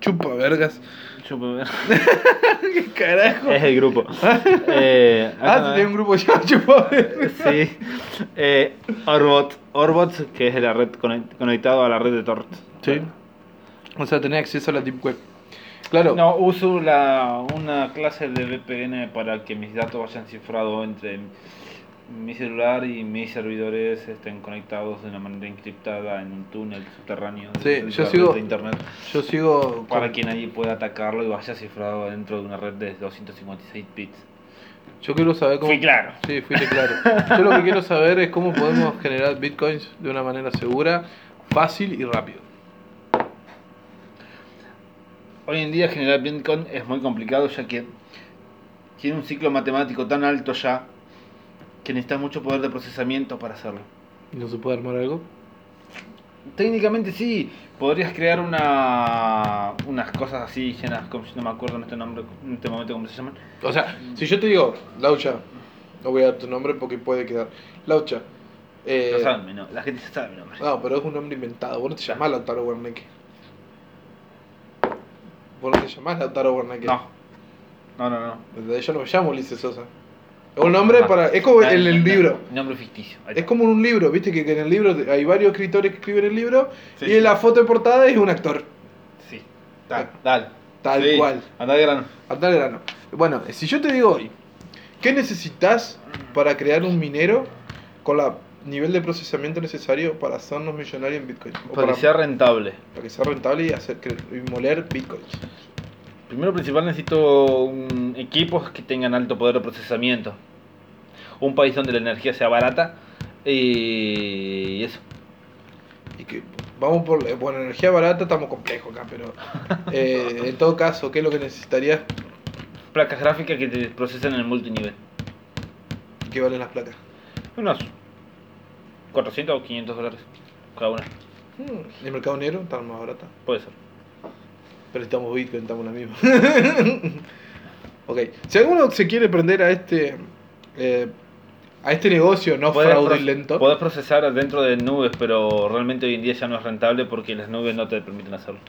Chupa vergas. Chupa- ¿Qué carajo? Es el grupo. Eh, Ah, tenía un grupo ya, chupa vergas. Sí. Eh, Orbot. Orbot, que es la red conect- conectado a la red de Tort. Sí. O sea, tenía acceso a la Deep Web. Claro. No, uso la, una clase de VPN para que mis datos vayan cifrados entre mi celular y mis servidores estén conectados de una manera encriptada en un túnel subterráneo de- Sí, de, yo la red sigo- de internet Yo sigo... para que nadie pueda atacarlo y vaya cifrado dentro de una red de 256 bits. Yo quiero saber cómo... Fui claro. Sí, fuiste claro. Yo lo que quiero saber es cómo podemos generar bitcoins de una manera segura, fácil y rápido. Hoy en día generar Bitcoin es muy complicado ya que tiene un ciclo matemático tan alto ya que necesita mucho poder de procesamiento para hacerlo. ¿Y no se puede armar algo? Técnicamente sí, podrías crear una unas cosas así llenas, como no me acuerdo en este nombre, en este momento cómo se llaman. O sea, si yo te digo, Laucha, no voy a dar tu nombre porque puede quedar. Laucha. Eh, no saben mi nombre, la gente ya sabe mi nombre. no, pero es un nombre inventado. Vos no te llamás Lautaro Wernicke. Vos no te llamás Lautaro Wernicke. No. No, no, no. ¿Entendés? Yo no me llamo Ulises Sosa. Es un nombre Ah. para. Es como en el, No, no, libro. no, Nombre ficticio. Ahí Es está. como en un libro, viste que, que en el libro te- hay varios escritores que escriben el libro Sí, y sí. la foto de portada es un actor. Sí. Dale, dale. Tal Sí, cual. Andá de grano. Andá al grano. Bueno, si yo te digo hoy, ¿qué necesitas para crear un minero con el nivel de procesamiento necesario para hacernos millonarios en Bitcoin? O Para que sea rentable. para que sea rentable y, hacer, cre- y moler Bitcoins. Primero principal necesito un- equipos que tengan alto poder de procesamiento. Un país donde la energía sea barata y eso. Y que vamos por la- bueno, energía barata, estamos complejos acá, pero eh, en todo caso, ¿qué es lo que necesitarías Placas gráficas que te procesen en el multinivel. y qué valen las placas? Unos 400 o 500 dólares cada una. Hmm, En el mercado negro están más baratas, Puede ser. pero estamos Bitcoin, estamos en la misma. ok, si alguno se quiere prender a este eh, a este negocio no Podés pro- fraudulento, Podés procesar dentro de nubes, pero realmente hoy en día ya no es rentable porque las nubes no te permiten hacerlo.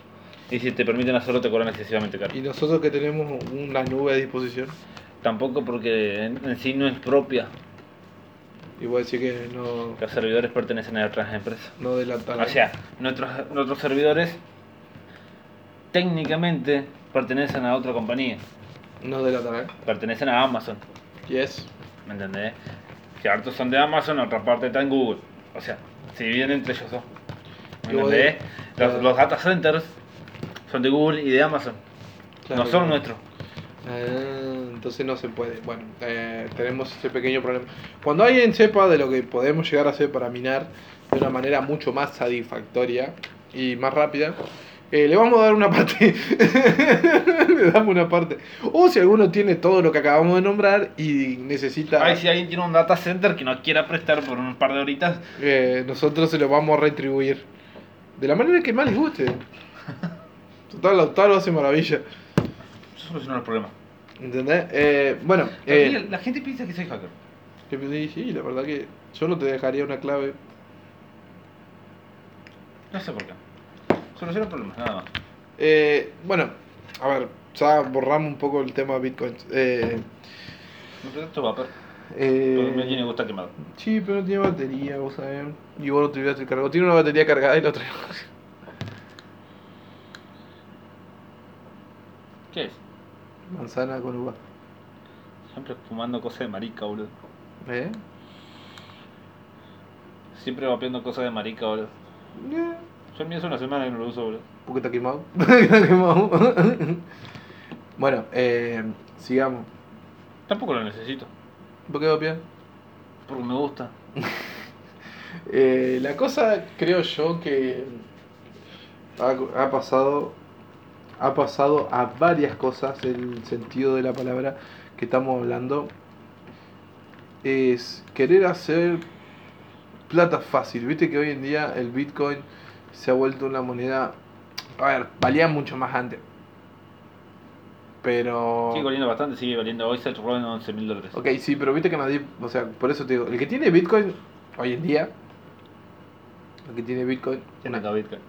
Y si te permiten hacerlo, te cobran excesivamente caro. y nosotros que tenemos una nube a disposición, Tampoco porque en, en sí no es propia. y voy a decir que no, Los servidores pertenecen a otras empresas. no delatan. O sea, nuestros, nuestros servidores técnicamente pertenecen a otra compañía. No delatan. Pertenecen a Amazon. Yes. ¿Me entendés? Ciertos son de Amazon, otra parte está en Google. O sea, se dividen entre ellos dos. ¿Me Yo voy- entendés? Los, claro. los data centers son de Google y de Amazon. Claro, no son claro. nuestros. Ah, entonces no se puede. Bueno, eh, tenemos ese pequeño problema. Cuando alguien sepa de lo que podemos llegar a hacer para minar de una manera mucho más satisfactoria y más rápida, eh, le vamos a dar una parte. le damos una parte. O si alguno tiene todo lo que acabamos de nombrar y necesita, Ay, si alguien tiene un data center que no quiera prestar por un par de horitas, eh, nosotros se lo vamos a retribuir. De la manera que más les guste. Total, Lautaro hace maravilla. yo soluciono los problemas. ¿Entendés? Eh, bueno. eh, La- la gente piensa que soy hacker. Que me dije, y la verdad que yo no te dejaría una clave. No sé por qué. Soluciono problemas, nada más. Eh, bueno, a ver, ya borramos un poco el tema Bitcoin. Eh, Me presento vapor. eh, Me tiene gusta quemado. sí, pero no tiene batería, vos sabés. Y vos no tuvieras el cargo. Tiene una batería cargada y la otra. ¿Qué es? Manzana con uva. Siempre fumando cosas de marica, boludo. ¿Eh? Siempre vapeando cosas de marica, boludo. Eh, Yo el mío hace una semana que no lo uso, boludo. Porque está quemado. está quemado. bueno, eh, sigamos. Tampoco lo necesito. ¿Por qué copiar? Porque me gusta. Eh, la cosa creo yo que ha, ha pasado ha pasado a varias cosas el sentido de la palabra que estamos hablando es querer hacer plata fácil viste que hoy en día el bitcoin se ha vuelto una moneda a ver valía mucho más antes pero Sigue valiendo bastante, sigue valiendo. Hoy se robó en 11 mil dólares. Ok, sí, pero viste que nadie, o sea, por eso te digo, el que tiene Bitcoin hoy en día, el que tiene Bitcoin, Tiene acá Bitcoin.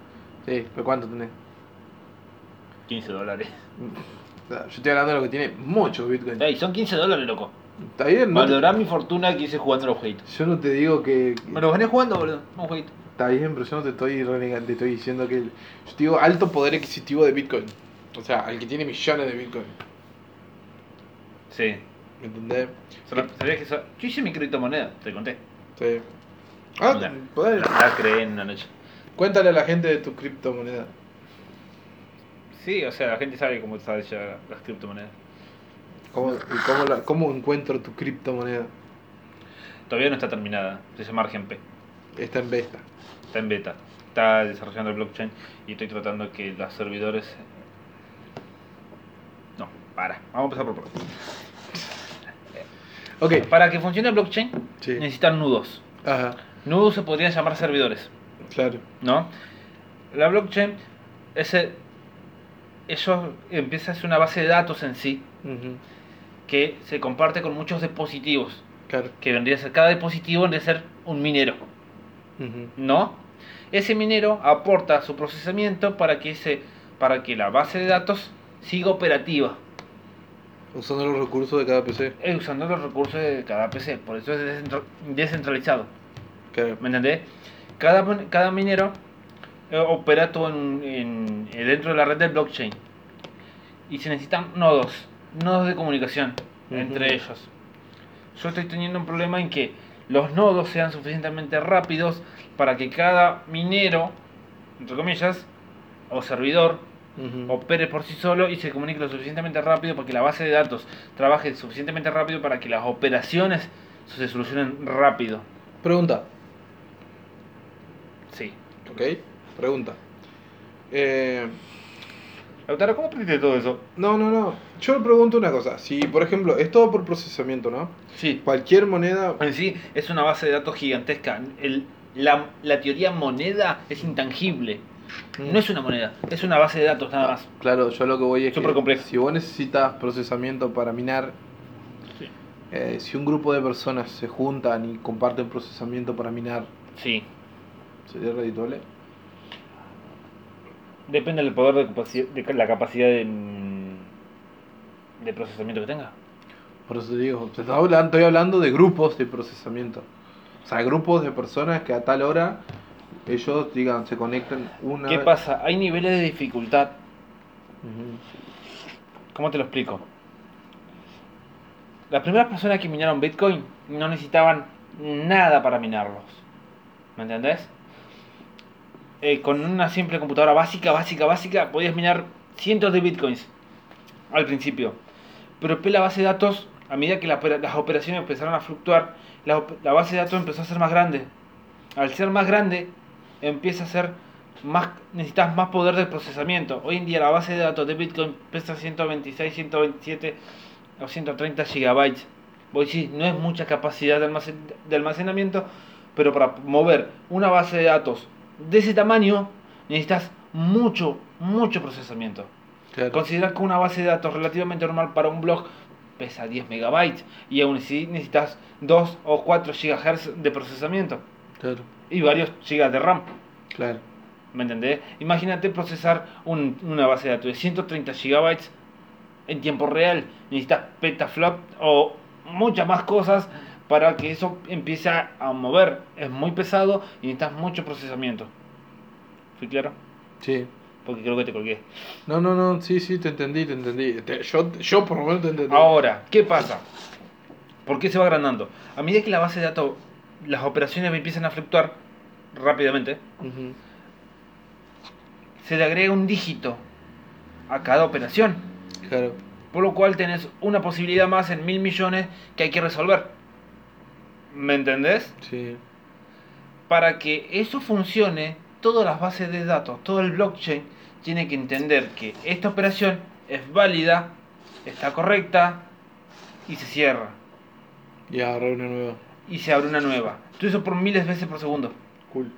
sí, pero ¿cuánto tenés? 15 dólares. O sea, yo estoy hablando de lo que tiene mucho Bitcoin. Ey, son 15 dólares, loco. Está bien, no te- Valorar mi fortuna que hice jugando los jueguitos. yo no te digo que, Me lo gané jugando, boludo. Un jueguito. está bien, pero yo no te estoy renegando, te estoy diciendo que, el- yo te digo alto poder adquisitivo de Bitcoin, o sea, el que tiene millones de Bitcoin, Sí. ¿me entendés? Solo- ¿Sabías que eso? Yo hice mi criptomoneda, te conté. Sí. Ah, Mira. poder. La creé en una noche. Cuéntale a la gente de tu criptomoneda. Sí, o sea, la gente sabe cómo sabe ya las criptomonedas. ¿Cómo, y cómo, la- ¿Cómo encuentro tu criptomoneda? Todavía no está terminada. Se llama ArgenP. Está en beta. Está en beta. Está desarrollando el blockchain y estoy tratando que los servidores. No, para. Vamos a empezar por por. Ok, Para que funcione el blockchain Sí. necesitan nudos. ajá, Nudos se podrían llamar servidores, claro. ¿no? La blockchain ese eso empieza a ser una base de datos en sí Ujú, que se comparte con muchos dispositivos, Claro. que vendría a ser cada dispositivo vendría a ser un minero, ujú, ¿no? Ese minero aporta su procesamiento para que ese para que la base de datos siga operativa, Usando los recursos de cada PC. eh, usando los recursos de cada PC, por eso es descentro- descentralizado. Claro. ¿Me entendés? Cada, mon- cada minero eh, opera todo en, en- eh, dentro de la red del blockchain. Y se necesitan nodos, nodos de comunicación Ujú. entre ellos. Yo estoy teniendo un problema en que los nodos sean suficientemente rápidos para que cada minero, entre comillas, o servidor, ujú, opere por sí solo y se comunique lo suficientemente rápido para que la base de datos trabaje suficientemente rápido para que las operaciones se solucionen rápido. Pregunta. Sí. Ok. Pregunta. Eh, Lautaro, ¿cómo aprendiste todo eso? no, no, no. Yo pregunto una cosa. Si, por ejemplo, es todo por procesamiento, ¿no? Sí. Cualquier moneda. En sí, es una base de datos gigantesca. El- la, la teoría moneda es intangible. No es una moneda, es una base de datos nada más. Claro, yo lo que voy es Súper complejo. si vos necesitas procesamiento para minar, Sí. eh, si un grupo de personas se juntan y comparten procesamiento para minar, Sí. ¿sería redituable? Depende del poder de, capaci- de ca- la capacidad de, mm, de procesamiento que tenga. Por eso te digo, te estaba hablan- estoy hablando de grupos de procesamiento. O sea, grupos de personas que a tal hora ellos digan, se conectan una ¿Qué vez. pasa? Hay niveles de dificultad. Ujú. ¿Cómo te lo explico? Las primeras personas que minaron Bitcoin no necesitaban nada para minarlos. ¿Me entendés? Eh, con una simple computadora básica, básica, básica, podías minar cientos de Bitcoins al principio. Pero después la base de datos, a medida que la opera- las operaciones empezaron a fluctuar, la, op- la base de datos empezó a ser más grande. Al ser más grande, empieza a ser más necesitas más poder de procesamiento. Hoy en día la base de datos de Bitcoin pesa 126, 127 o 130 gigabytes. Voy sí, no es mucha capacidad de, almacen- de almacenamiento, pero para mover una base de datos de ese tamaño necesitas mucho, mucho procesamiento. Claro. Considerar que una base de datos relativamente normal para un blog pesa 10 megabytes y aún así necesitas 2 o 4 gigahertz de procesamiento Claro, y varios gigas de RAM. claro. ¿Me entendés? Imagínate procesar un- una base de datos de 130 GB en tiempo real. Necesitas petaflop o muchas más cosas para que eso empiece a a mover. Es muy pesado y necesitas mucho procesamiento. ¿Fui claro? Sí. Porque creo que te colgué. No, no, no, sí, sí, te entendí, te entendí. Te- yo, yo por lo menos te entendí. Ahora, ¿qué pasa? ¿Por qué se va agrandando? A medida que la base de datos, las operaciones empiezan a fluctuar rápidamente, Ujú. se le agrega un dígito a cada operación. Claro. Por lo cual tenés una posibilidad más en mil millones que hay que resolver. ¿Me entendés? Sí. Para que eso funcione, todas las bases de datos, todo el blockchain, tiene que entender que esta operación es válida, está correcta y se cierra. Y agarrar una nueva. Y se abre una nueva. Todo eso por miles de veces por segundo. Cool.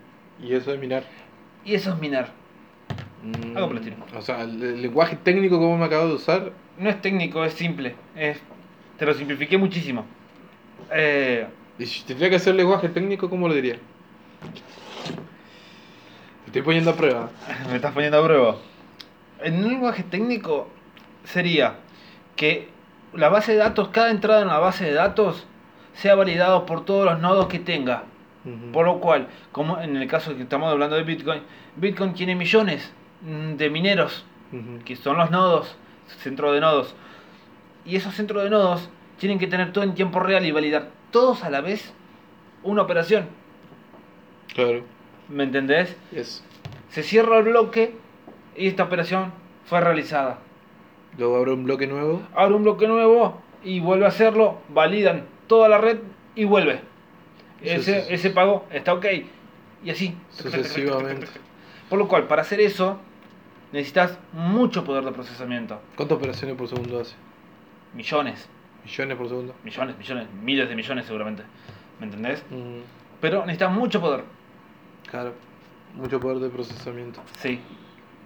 Y eso es mirar. Y eso es minar. Mm, Algo platino. O sea, el, el lenguaje técnico como me acabo de usar. No es técnico, es simple. Es- te lo simplifiqué muchísimo. Eh, Y si tendría que hacer lenguaje técnico, ¿cómo lo diría? Te estoy poniendo a prueba. Me estás poniendo a prueba. En un lenguaje técnico sería que la base de datos, cada entrada en la base de datos, sea validado por todos los nodos que tenga. Ujú. Por lo cual, como en el caso que estamos hablando de Bitcoin, Bitcoin tiene millones mm, de mineros, Ujú. que son los nodos, centro de nodos. Y esos centros de nodos tienen que tener todo en tiempo real y validar todos a la vez una operación. Claro. ¿Me entendés? Es. Se cierra el bloque y esta operación fue realizada. Luego abro un bloque nuevo. Abre un bloque nuevo y vuelve a hacerlo, validan toda la red y vuelve. Sí, Ese, sí, sí. ese pago está ok. Y así. Sucesivamente. Por lo cual, para hacer eso, necesitas mucho poder de procesamiento. ¿Cuántas operaciones por segundo hace? Millones, Millones por segundo. millones, millones, miles de millones seguramente. ¿Me entendés? Mm, Pero necesitas mucho poder. claro. Mucho poder de procesamiento. Sí,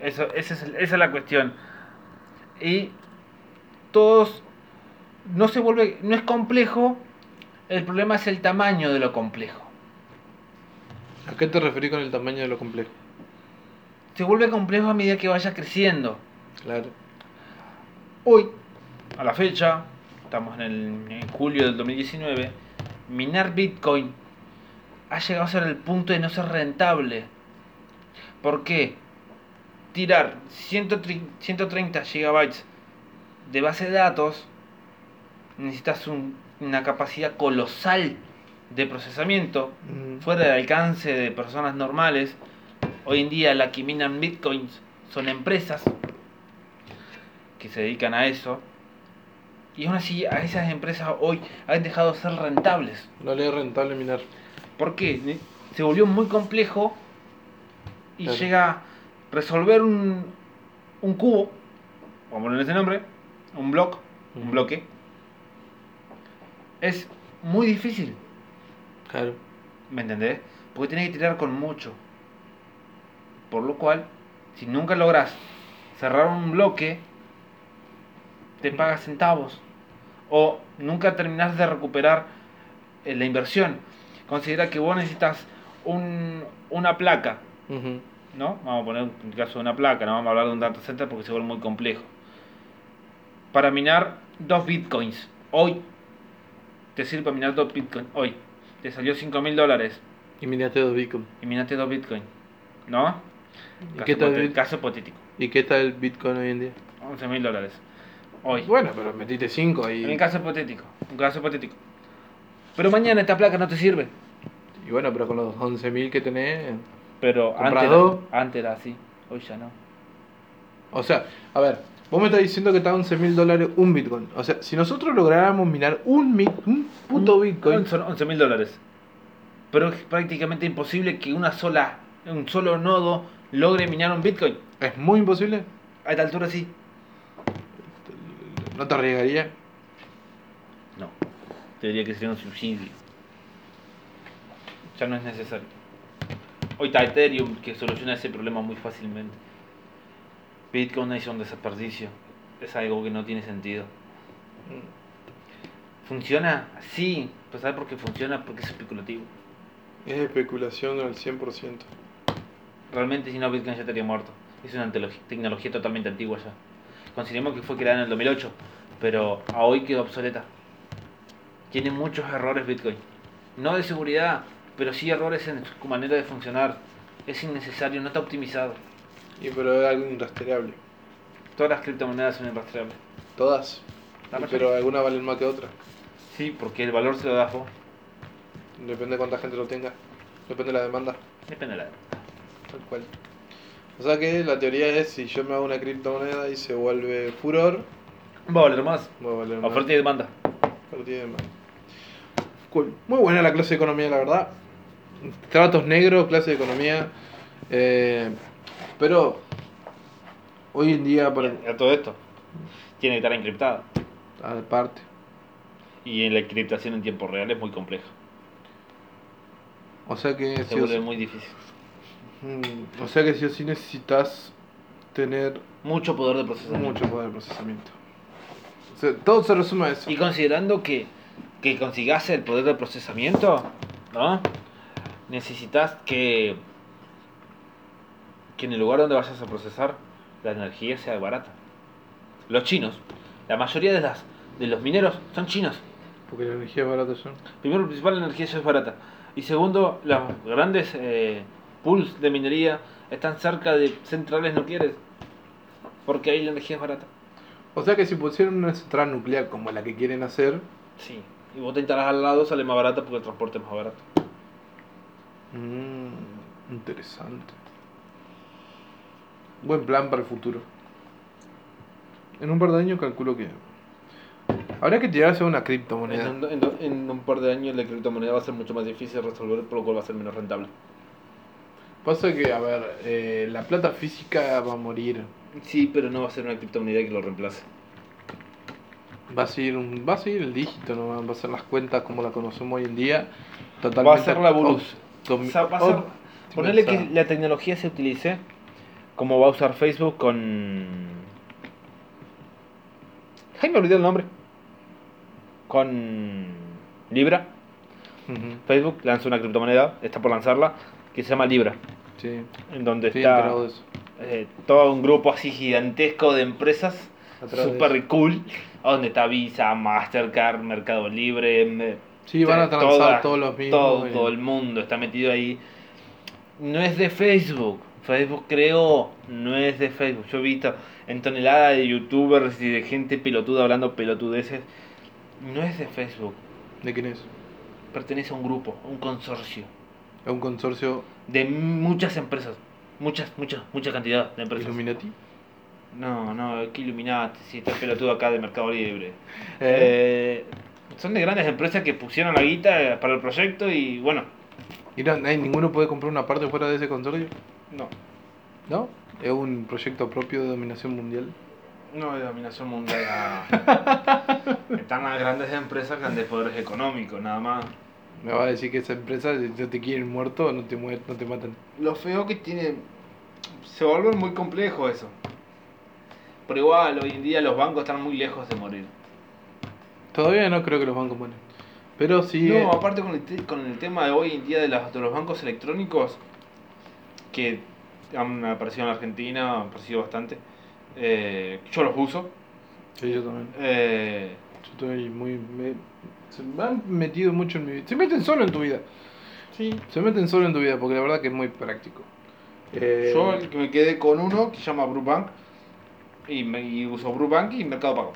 eso, ese es el- esa es la cuestión. Y todos, no se vuelve, no es complejo, el problema es el tamaño de lo complejo. ¿A qué te referís con el tamaño de lo complejo? Se vuelve complejo a medida que vaya creciendo. Claro. Hoy, a la fecha, estamos en, el, en julio del 2019, minar Bitcoin ha llegado a ser el punto de no ser rentable. ¿Por qué? Tirar 130 130 gigabytes de base de datos necesitas un- una capacidad colosal de procesamiento Mm. fuera del alcance de personas normales. Hoy en día la que minan bitcoins son empresas que se dedican a eso. Y aún así a esas empresas hoy han dejado de ser rentables. No le es rentable minar. ¿Por qué? Ne- Se volvió muy complejo y Claro. llega a resolver un, un cubo, vamos a ponerle ese nombre, un bloque, un Ujú. bloque. Es muy difícil. Claro. ¿Me entendés? Porque tenés que tirar con mucho. Por lo cual, si nunca lográs cerrar un bloque, te pagas centavos. O nunca terminás de recuperar eh, la inversión. Considera que vos necesitas un- una placa, Ujú. ¿no? Vamos a poner un caso de una placa, no vamos a hablar de un data center porque se vuelve muy complejo. Para minar dos bitcoins hoy, te sirve para minar dos bitcoins hoy. Te salió 5 mil dólares Y miraste dos Bitcoin. y minaste dos bitcoins, ¿no? ¿Y Caso, qué tal hipote- el- caso hipotético, ¿Y qué está el Bitcoin hoy en día? 11 mil dólares hoy. Bueno, pero metiste 5 En el y, caso hipotético, un caso hipotético. Pero mañana esta placa no te sirve. y bueno, pero con los 11.000 que tenés. Pero antes era, Comprado. antes era así, hoy ya no. O sea, a ver, vos me estás diciendo que está a 11.000 dólares un Bitcoin. O sea, si nosotros lográramos minar un, mi- un puto Bitcoin, Son 11 mil dólares. Pero es prácticamente imposible que una sola, un solo nodo logre minar un bitcoin. es muy imposible. A esta altura sí. No te arriesgaría. No. Te diría que sería un subsidio. Ya no es necesario. Hoy está Ethereum que soluciona ese problema muy fácilmente. Bitcoin es un desperdicio. Es algo que no tiene sentido. ¿Funciona? Sí. Pues ¿sabes por qué funciona? Porque es especulativo. Es especulación al 100%. Realmente si no Bitcoin ya estaría muerto. Es una telo- tecnología totalmente antigua ya. Consideremos que fue creada en el 2008, pero a hoy quedó obsoleta. Tiene muchos errores Bitcoin. No de seguridad, pero sí errores en su manera de funcionar. Es innecesario, no está optimizado. Y pero es algo inrastreable. Todas las criptomonedas son irrastreables. Todas. La Y mayoría. pero algunas valen más que otras. Sí, porque el valor se lo das vos. Depende de cuánta gente lo tenga. Depende de la demanda. Depende de la... Tal cual. O sea que la teoría es si yo me hago una criptomoneda y se vuelve furor, Va a valer más. Va a valer más. Oferta y demanda. Oferta y demanda. Cool. Muy buena la clase de economía, la verdad. Tratos negros, clase de economía. Eh, pero hoy en día, para, A todo esto. Tiene que estar encriptada. aparte, Y la encriptación en tiempo real es muy compleja. o sea que Se sí o vuelve sí, muy difícil. mm, o sea que sí o sí necesitas tener Mucho poder de procesamiento. mucho poder de procesamiento. O sea, todo se resume a eso. Y considerando que, que consigas el poder de procesamiento, ¿no? Necesitas que, que en el lugar donde vayas a procesar la energía sea barata. Los chinos, la mayoría de las de los mineros son chinos. Porque la energía es barata ya. Primero, principal, la energía ya es barata. Y segundo, las grandes eh, pools de minería están cerca de centrales nucleares. Porque ahí la energía es barata. O sea que si pusieran una central nuclear como la que quieren hacer, Sí. Y vos te instalás al lado, sale más barata porque el transporte es más barato. Mm, interesante. Buen plan para el futuro. En un par de años calculo que. Habrá que tirarse a una criptomoneda. En un, en un- en un par de años la criptomoneda va a ser mucho más difícil de resolver, por lo cual va a ser menos rentable. Pasa que, a ver, eh, la plata física va a morir. Sí, pero no va a ser una criptomoneda que lo reemplace. Va a seguir, un- va a seguir el dígito, no va a ser las cuentas como la conocemos hoy en día. Totalmente Va a ser la evolución. optimi- O sea, va a ser- optimizada. Ponerle que la tecnología se utilice como va a usar Facebook con... Jaime, olvidé el nombre. Con Libra. Ujú, Facebook lanza una criptomoneda, está por lanzarla, que se llama Libra. Sí, En donde estoy está... enterado de eso. eh, todo un grupo así gigantesco de empresas Atrás de super eso. cool, donde está Visa, Mastercard, Mercado Libre, me- Sí, van a toda- transar todos los mismos. todo, y- todo el mundo está metido ahí. No es de Facebook, Facebook creó, no es de Facebook. Yo he visto en tonelada de youtubers y de gente pelotuda hablando pelotudeces. No es de Facebook, ¿De quién es? pertenece a un grupo, a un consorcio Es un consorcio de muchas empresas, muchas, muchas, mucha cantidad de empresas. Illuminati. No, no, que Illuminati, si está el pelotudo acá de Mercado Libre. Eh, Eh, son de grandes empresas que pusieron la guita eh, para el proyecto y bueno, y no, nadie- ninguno puede comprar una parte fuera de ese consorcio, no, ¿no? Es un proyecto propio de dominación mundial. no hay dominación mundial. Ah, Están las grandes empresas, grandes poderes económicos, nada más. Me va a decir que esa empresa, si no te quieren muerto, no te muer- no te matan. Lo feo que tiene. Se vuelve muy complejo eso. Pero igual, hoy en día los bancos están muy lejos de morir. Todavía no creo que los bancos mueren. Pero sí. eh, No, aparte con el, te- con el tema de hoy en día de, las- de los bancos electrónicos, Que han aparecido en la Argentina, han aparecido bastante. Eh, yo los uso. sí, yo también. Eh, Yo estoy muy. me- se me han metido mucho en mi vida. Se meten solo en tu vida. Sí. Se meten solo en tu vida, porque la verdad que es muy práctico. Eh, yo el que me quedé con uno que se llama Brubank y, me, y uso Brubank y Mercado Pago.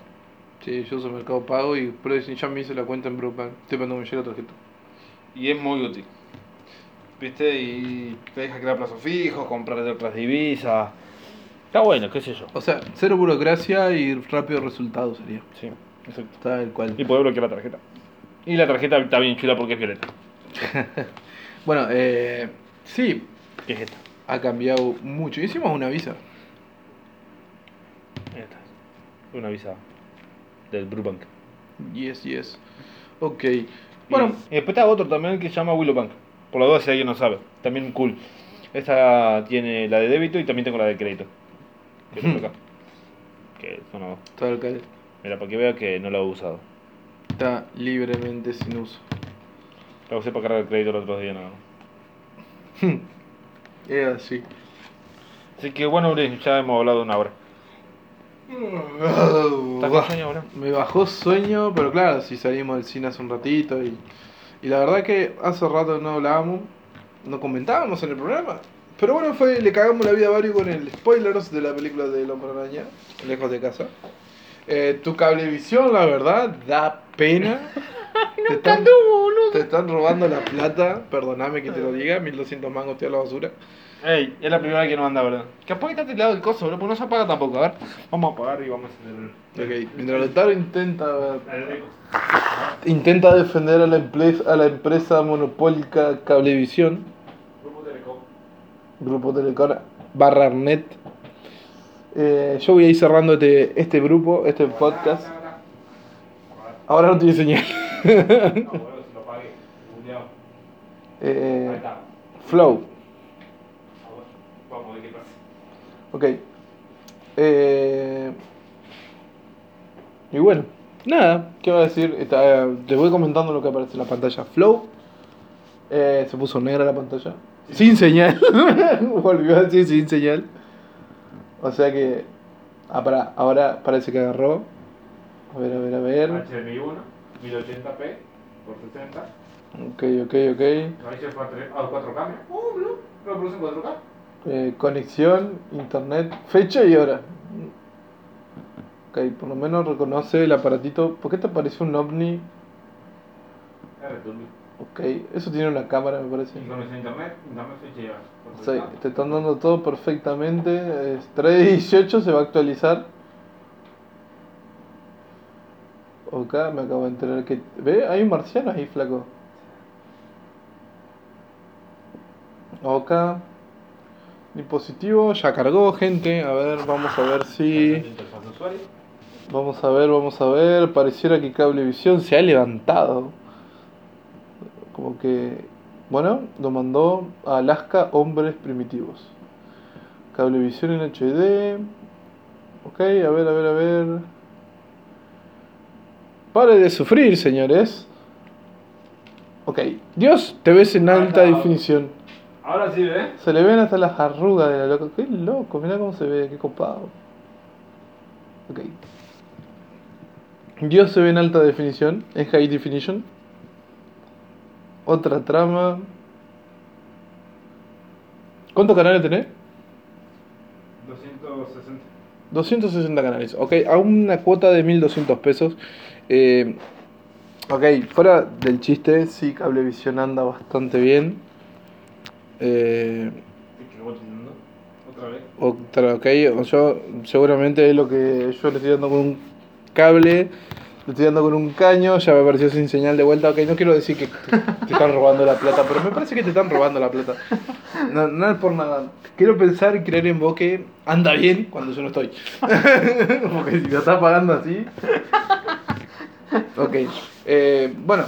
Sí, yo uso Mercado Pago y pero ya me hice la cuenta en Brookbank. Estoy pensando que me llegue la tarjeta. Y es muy útil. ¿Viste? Y te deja crear plazos fijos, comprar de otras divisas. está bueno, qué sé yo. O sea, cero burocracia y rápido resultado sería. Sí, exacto. Tal cual. Y poder bloquear la tarjeta. Y la tarjeta está bien chula porque es violeta. Bueno, eh, sí, ¿Qué es esta? ha cambiado mucho. Hicimos una visa. Esta. Una visa del Brubank. Yes, yes. Ok. Bueno, y después está otro también que se llama Willow Bank. Por las dudas si alguien no sabe. También cool. Esta tiene la de débito y también tengo la de crédito. Que tengo acá. Que son las dos. tal cual. Mira, para que vea que no la he usado. Está libremente sin uso. La usé para cargar el crédito el otro día nada más. Es así. Así que bueno, Uri, ya hemos hablado una hora. ¿Estás con sueño ahora? Me bajó sueño, pero claro, si salimos del cine hace un ratito y, y la verdad que hace rato no hablábamos, no comentábamos en el programa. Pero bueno, fue, le cagamos la vida a Barry con el spoilers de la película de Hombre Araña, lejos de casa. Eh, tu cablevisión, la verdad, da pena. te, están, te Te están robando la plata, perdoname que te lo diga, 1200 mangos te a la basura. Ey, es la primera vez que no anda, ¿verdad? Capaz que está teclado el coso, bro, porque no se apaga tampoco. A ver, vamos a apagar y vamos a encender. Ok, mientras Lautaro intenta intenta defender a la empresa, a la empresa monopólica Cablevisión, Grupo Telecom, barra Arnet. Eh, yo voy a ir cerrando este, este grupo, este podcast. Ahora no tiene señal. Eh, flow. Vamos a ver qué pasa. Ok. Eh, y bueno, nada, ¿qué va a decir? Está- te voy comentando lo que aparece en la pantalla. Flow. eh, se puso negra la pantalla. Sin señal. Volvió a decir sin señal. O sea que. ah, pará, ahora parece que agarró. A ver, a ver, a ver. HDMI1, 1080p por 60. Ok, ok, ok. Ahí se fue a 3 a 4K. mira. Uh, bro, lo producen 4K. Eh, conexión, internet, fecha y hora. Ok, por lo menos reconoce el aparatito. ¿Por qué te aparece un ovni? R turbo. Ok, eso tiene una cámara, me parece. Conexión a internet, internet se lleva. por Sí, 60. te están dando todo perfectamente. eh, Es 3.18 se va a actualizar. Ok, me acabo de enterar que. ¿Ve? Hay un marciano ahí, flaco. Ok. Dispositivo, ya cargó, gente. A ver, vamos a ver si. Interfaz de usuario. Vamos a ver, vamos a ver. Pareciera que Cablevisión se ha levantado. Como que. Bueno, lo mandó a Alaska Hombres Primitivos. Cablevisión en HD. Ok, a ver, a ver, a ver. Pare de sufrir, señores. Ok, Dios te ves en alta Acá. definición. Ahora sí, ¿ves? Se le ven hasta las arrugas de la loca. Qué loco, mirá cómo se ve, qué copado. Ok. Dios se ve en alta definición, en high definition. Otra trama. ¿Cuántos canales tenés? 260. 260 canales, ok, a una cuota de 1200 pesos. Eh, ok, fuera del chiste, sí, Cablevisión anda bastante bien. Eh, Sí, que lo voy teniendo. Otra vez. Otra, ok, o yo seguramente es lo que yo le estoy dando con un cable, le estoy dando con un caño, ya me apareció sin señal de vuelta, ok, no quiero decir que te, te están robando la plata, pero me parece que te están robando la plata. No, no es por nada. Quiero pensar y creer en vos que anda bien cuando yo no estoy. Porque si lo estás pagando así. Ok, eh, bueno,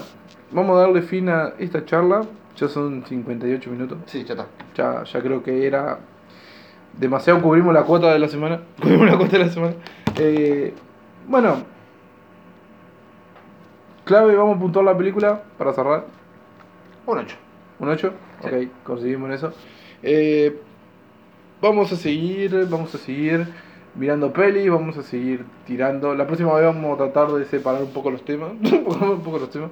vamos a darle fin a esta charla. Ya son 58 minutos. Sí, ya está. Ya, ya creo que era demasiado cubrimos la cuota de la semana. Cubrimos la cuota de la semana. Eh, bueno. Clave, vamos a puntuar la película para cerrar. Un 8. ¿Un 8? Ok, conseguimos en eso. Eh, vamos a seguir, vamos a seguir mirando peli, vamos a seguir tirando. La próxima vez vamos a tratar de separar un poco los temas. un poco los temas.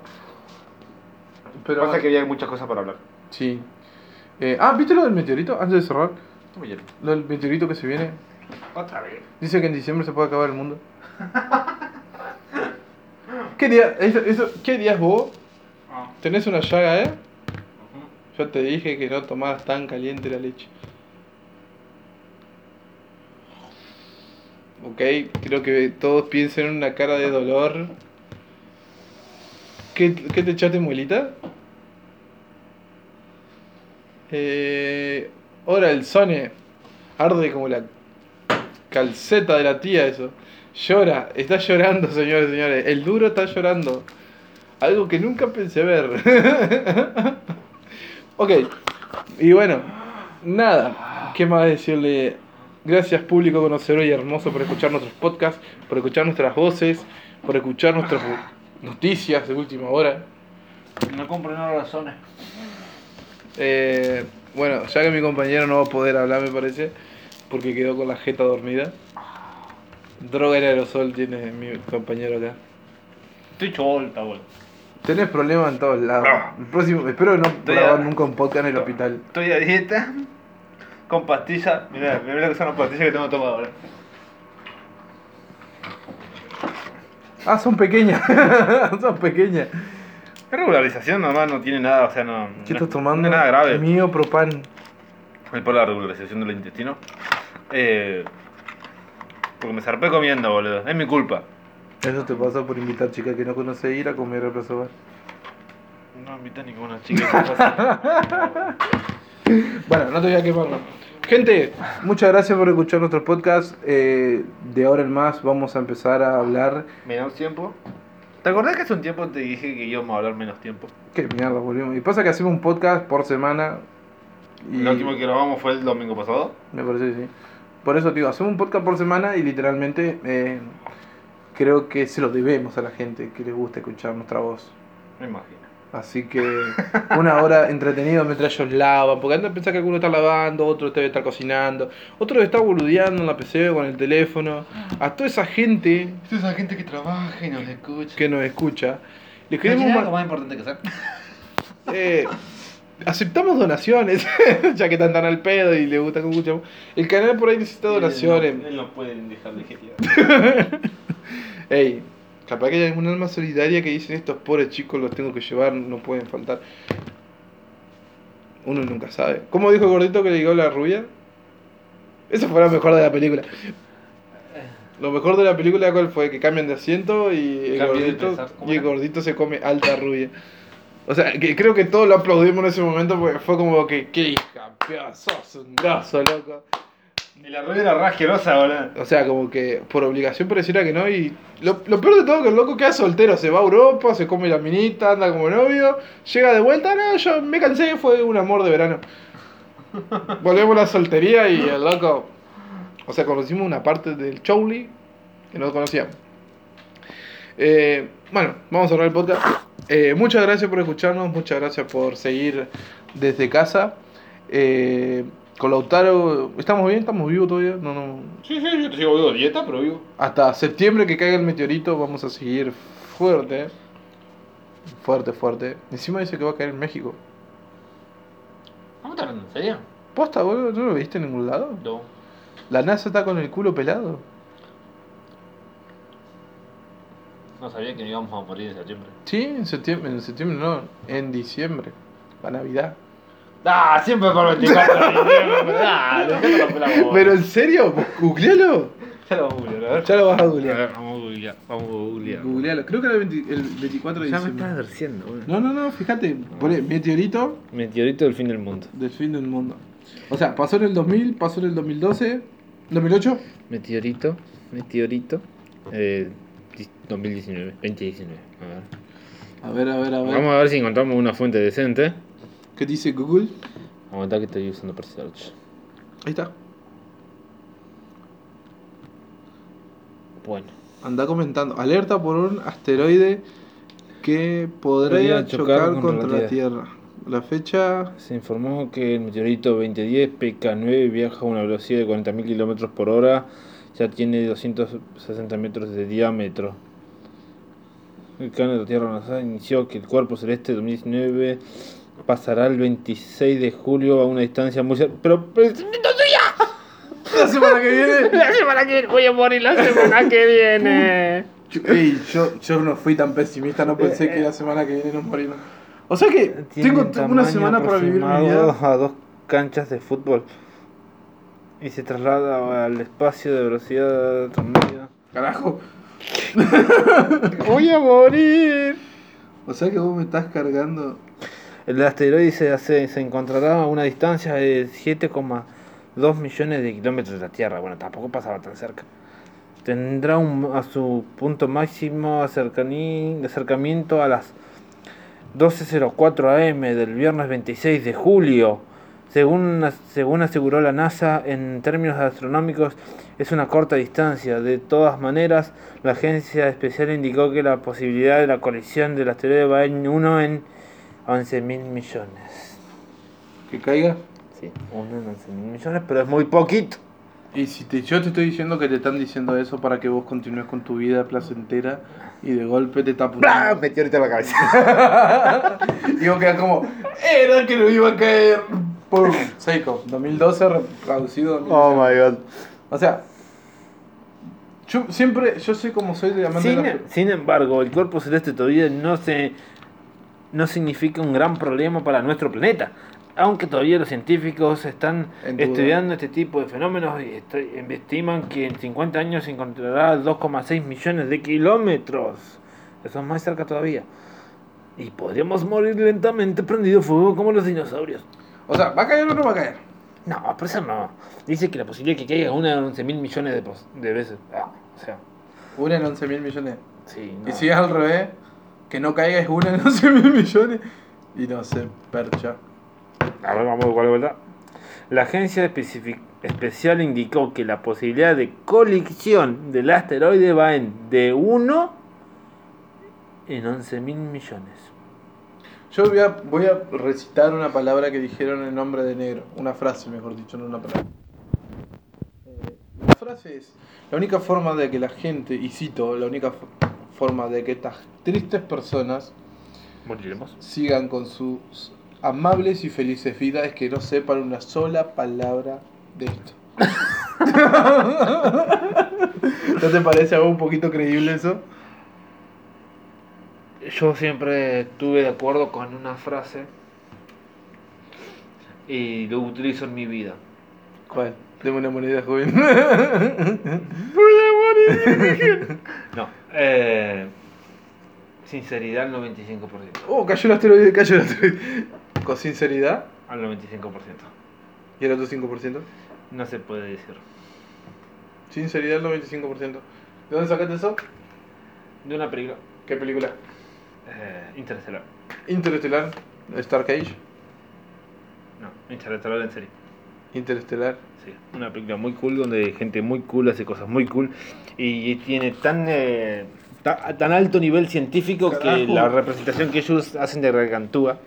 Pero Pasa que había muchas cosas para hablar. Sí. Eh, ah, ¿viste lo del meteorito? Antes de cerrar. No me llores. Lo del meteorito que se viene. Otra vez. Dice que en diciembre se puede acabar el mundo. ¿Qué día? Eso, eso- ¿Qué días vos? Ah. ¿Tenés una llaga, eh? Ujú. Yo te dije que no tomaras tan caliente la leche. Ok, creo que todos piensen en una cara de dolor. ¿Qué, qué te echaste, muelita? Eh, ahora el Sone arde como la calceta de la tía eso. Llora, está llorando, señores, señores. El duro está llorando. Algo que nunca pensé ver. ok. Y bueno, nada. ¿Qué más decirle? Gracias público conocedor y hermoso por escuchar nuestros podcasts, por escuchar nuestras voces, por escuchar nuestras noticias de última hora. No compro no razones. Eh, bueno, ya que mi compañero no va a poder hablar, me parece, porque quedó con la jeta dormida. Droga en aerosol tiene mi compañero acá. Estoy cholta, boludo. Tenés problemas en todos lados. El próximo, espero que no Estoy grabar a- nunca un podcast en el hospital. Estoy a dieta. Con pastillas. Mirá, mirá lo que son las pastillas que tengo tomado ahora. Ah, son pequeñas. son pequeñas. Es regularización nomás, no tiene nada, o sea, no. ¿Qué no- estás tomando? No es nada grave. Mío propan. Fue por la regularización del intestino. Eh, porque me zarpé comiendo, boludo. Es mi culpa. Eso te pasa por invitar chicas que no conoces ir a comer al Plaza Bar. No invitas ninguna chica. Bueno, no te voy a quemar, no. Gente, muchas gracias por escuchar nuestro podcast. Eh, de ahora en más vamos a empezar a hablar. menos tiempo. ¿Te acordás que hace un tiempo te dije que íbamos a hablar menos tiempo? Qué mierda, volvimos. Y pasa que hacemos un podcast por semana. Y El último que grabamos fue el domingo pasado. Me parece que sí. Por eso, tío, hacemos un podcast por semana y literalmente eh, creo que se lo debemos a la gente que les gusta escuchar nuestra voz. Me imagino. Así que una hora entretenido mientras ellos lavan, porque antes pensás que alguno está lavando, otro debe estar cocinando, otro está boludeando en la PC con el teléfono. A toda esa gente Esa es la gente que trabaja y nos escucha. que nos escucha, les ¿Queremos queremos algo ma- más importante que hacer? eh, aceptamos donaciones, ya que están tan al pedo y le gusta que escuchamos. El canal por ahí necesita donaciones. Él Eh, no, puede dejar de girar. Ey, capaz que hay algún alma solidaria que dicen estos pobres chicos los tengo que llevar, no pueden faltar. Uno nunca sabe. ¿Cómo dijo el gordito que le llegó la rubia? Eso fue lo mejor de la película. Lo mejor de la película cuál fue que cambian de asiento y Cambio el, de gordito, pensar, ¿cómo y el era? gordito se come alta rubia. O sea, que creo que todos lo aplaudimos en ese momento porque fue como que, qué hija, piola, sos un grosso, loco. Y la rueda era rasquerosa, boludo. O sea, como que por obligación pareciera que no. Y lo, lo peor de todo que el loco queda soltero. Se va a Europa, se come la minita, anda como novio, llega de vuelta. No, yo me cansé, fue un amor de verano. Volvemos a la soltería y el loco. O sea, conocimos una parte del Chowli que no conocíamos. Eh, bueno, vamos a cerrar el podcast. Eh, muchas gracias por escucharnos, muchas gracias por seguir desde casa. Eh, con Lautaro, ¿estamos bien? ¿Estamos vivos todavía? No, no, Sí, sí, yo te sigo vivo dieta, pero vivo. hasta septiembre que caiga el meteorito vamos a seguir fuerte. Fuerte, fuerte. Encima dice que va a caer en México. ¿Vamos a estar en serio? Posta, boludo, ¿no lo viste en ningún lado? No. La NASA está con el culo pelado. No sabía que íbamos a morir en septiembre. Sí, en septiembre, en septiembre no, en diciembre, para Navidad. Ah, siempre por 24 de diciembre. pues, Dale, déjate romper la bola. Pero en serio, googlealo. Ya lo vamos a googlear, a ver. Ya lo vas a A googlear. ver, Vamos a googlear. Vamos a googlear. Googlealo, creo que era el, 20 el 24 de Ya me estás diciembre. advertiendo, boludo. No, no, no, fíjate, poné meteorito Meteorito del fin del mundo. del fin del mundo. O sea, pasó en el 2000, pasó en el 2012, 2008. Meteorito, meteorito. Eh, di- 2019, 2019. A ver. A ver, a ver, a ver. Vamos a ver si encontramos una fuente decente. ¿Qué dice Google? Aguanta que estoy usando para search. Ahí está. Bueno. Anda comentando. Alerta por un asteroide que podría Podría chocar contra chocar la contra la Tierra. La fecha. Se informó que el meteorito 2010 PK9 viaja a una velocidad de 40.000 kilómetros por hora. Ya tiene 260 metros de diámetro. El canal de la Tierra NASA inició que el cuerpo celeste 2019 pasará el 26 de julio a una distancia muy cercana. Pero, pero- La semana que viene. la semana que viene voy a morir la semana que viene. Ey, yo, yo no fui tan pesimista, no pensé que la semana que viene nos morimos. O sea que tengo t- una semana para vivir mi vida. a dos canchas de fútbol y se traslada al espacio de velocidad promedio. Carajo. Voy a morir. O sea que vos me estás cargando. El asteroide se, hace- se encontrará a una distancia de 7,2 millones de kilómetros de la Tierra. Bueno, tampoco pasaba tan cerca. Tendrá un- a su punto máximo acercaní- de acercamiento a las 12.04 am del viernes 26 de julio. Según, as- según aseguró la NASA, en términos astronómicos es una corta distancia. De todas maneras, la agencia especial indicó que la posibilidad de la colisión del asteroide va en 1 en 11 mil millones. Que caiga. Sí, 1 en 11 mil millones, pero es muy poquito. Y si te- yo te estoy diciendo que te están diciendo eso para que vos continúes con tu vida placentera y de golpe te está ¡Bla! apuntando. Metió ahorita en la cabeza. Y vos quedás como, era que no iba a caer. Pum, seco. 2012 re- traducido. 2012. Oh my god. O sea, yo siempre, yo sé cómo soy de amante de la Sin, sin embargo, el cuerpo celeste todavía no se no significa un gran problema para nuestro planeta. Aunque todavía los científicos están En duda. estudiando este tipo de fenómenos y est- estiman que en 50 años se encontrará 2,6 millones de kilómetros. Eso es más cerca todavía. Y podríamos morir lentamente prendido fuego como los dinosaurios. O sea, ¿va a caer o no va a caer? No, por eso no. Dice que la posibilidad de que caiga es una de 11 mil millones de, pos- de veces. Ah, o sea, Una en 11 mil millones. sí. Y no. si es al revés, que no caiga es una en 11 mil millones. Y no se percha. A ver, vamos igual de vuelta. La agencia especifi- especial indicó que la posibilidad de colisión del asteroide va en de 1 en 11 mil millones. Yo voy a, voy a recitar una palabra que dijeron en nombre de negro. Una frase, mejor dicho, no una palabra. Eh, La frase es: La única forma de que la gente, y cito, la única fo- forma de que estas tristes personas ¿Moriremos? sigan con sus amables y felices vidas es que no sepan una sola palabra de esto. ¿No te parece algo un poquito creíble eso? Yo siempre estuve de acuerdo con una frase y lo utilizo en mi vida. ¿Cuál? Deme una moneda, joven. No, eh, sinceridad al 95%. oh, cayó el asteroide, cayó el asteroide. Con sinceridad, Al 95%. y el otro 5%. No se puede decir. Sinceridad, el 95%. ¿De dónde sacaste eso? De una película ¿Qué película? eh, interestelar. Interestelar, Star Cage, No, Interestelar en serie. Interestelar. Sí, una película muy cool donde gente muy cool hace cosas muy cool y tiene tan eh, ta- tan alto nivel científico que Carajo. la representación que ellos hacen de Gargantúa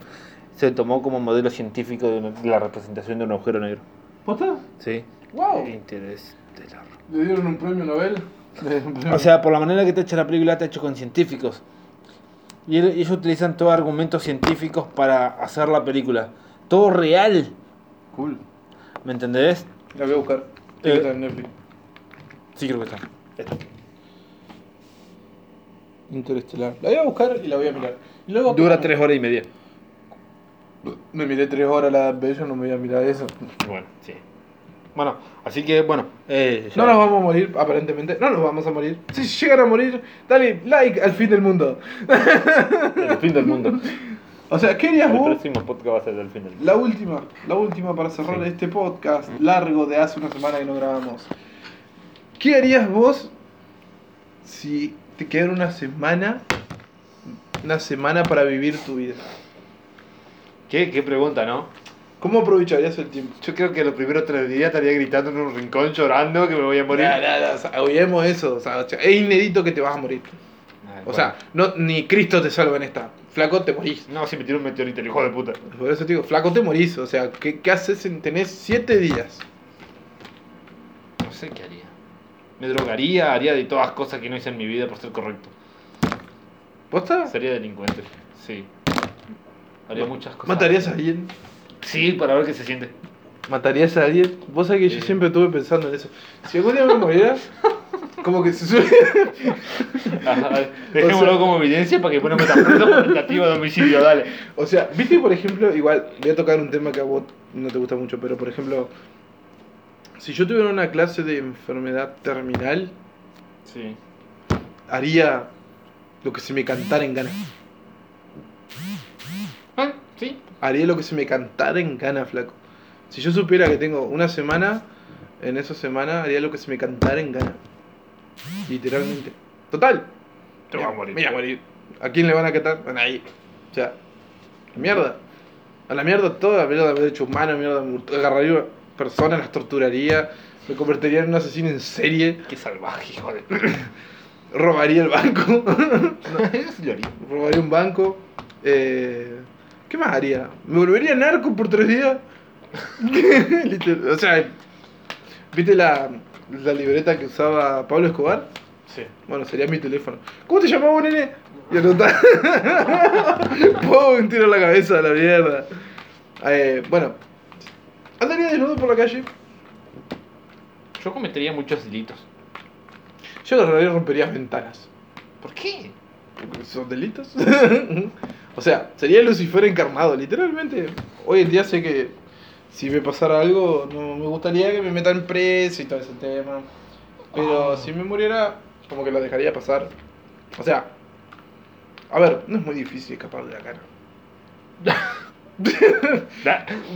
se tomó como modelo científico de, una- de la representación de un agujero negro. ¿Posta? Sí. ¡Wow! Interestelar. Le dieron un premio Nobel. O sea, por la manera que te hecho la película, te hecho con científicos. Y el- ellos utilizan todos argumentos científicos para hacer la película. Todo real. cool. ¿Me entendés? La voy a buscar. Eh. Está en Netflix. Sí, creo que está. Interestelar. La voy a buscar y la voy a mirar. Y luego Dura tres horas y media. Me miré tres horas la bella, no me voy a mirar eso. Bueno, sí. Bueno, así que bueno. eh, ya- No nos vamos a morir, aparentemente. No nos vamos a morir. Si llegan a morir, dale like al fin del mundo. El fin del mundo. O sea, ¿qué harías El vos? próximo podcast va a ser el fin del mundo. La última, la última para cerrar este podcast largo de hace una semana que no grabamos. ¿Qué harías vos si te quedara una semana, una semana para vivir tu vida? ¿Qué? ¿Qué pregunta, no? ¿Cómo aprovecharías el tiempo? Yo creo que los primeros tres días estaría gritando en un rincón, llorando que me voy a morir. Nah, nah, nah, o sea, obviemos eso, o sea, es inédito que te vas a morir. Ah, O bueno. sea, no, ni Cristo te salva en esta. Flaco, te morís. No, si me tiro un meteorito, el hijo de puta. Por eso te digo, flaco, te morís. O sea, ¿qué, qué haces en tener siete días? No sé qué haría. Me drogaría, haría de todas las cosas que no hice en mi vida por ser correcto. ¿Posta? Sería delincuente, sí. Haría muchas cosas. ¿Matarías a alguien? Sí, para ver qué se siente. ¿Matarías a alguien? Vos sabés que yo Sí. siempre estuve pensando en eso. Si algún día me muriera, como que se sube. Ajá, Dejémoslo O sea- como evidencia para que después no metan preso por tentativa de homicidio, dale. O sea, viste, por ejemplo, igual voy a tocar un tema que a vos no te gusta mucho, pero por ejemplo, si yo tuviera una clase de enfermedad terminal, Sí. haría lo que se me cantara en gana. Ah, sí. Haría lo que se me cantara en gana, flaco. Si yo supiera que tengo una semana, en esa semana haría lo que se me cantara en gana. Literalmente. Total, Te vas a morir. Me voy a morir. ¿A quién le van a quitar? A nadie. O sea, la mierda. A la mierda toda, mierda de derechos humanos, mierda. mur- Agarraría personas, las torturaría. Me convertiría en un asesino en serie. Qué salvaje, hijo de Robaría el banco. Eso lo haría. robaría un banco. Eh, ¿Qué más haría? ¿Me volvería narco por tres días? Liter- o sea, ¿viste la, la libreta que usaba Pablo Escobar? Sí. Bueno, sería mi teléfono. ¿Cómo te llamabas, nene? Y anotá. Pum, tiro en la cabeza a la mierda. Eh, bueno, andaría desnudo por la calle. Yo cometería muchos delitos. Yo agarraría y rompería ventanas. ¿Por qué? Porque ¿Son delitos? o O sea, sería Lucifer encarnado, literalmente. Hoy en día sé que si me pasara algo, no me gustaría que me metan preso y todo ese tema. Pero si me muriera, como que la dejaría pasar. O sea, a ver, no es muy difícil escapar de la cara.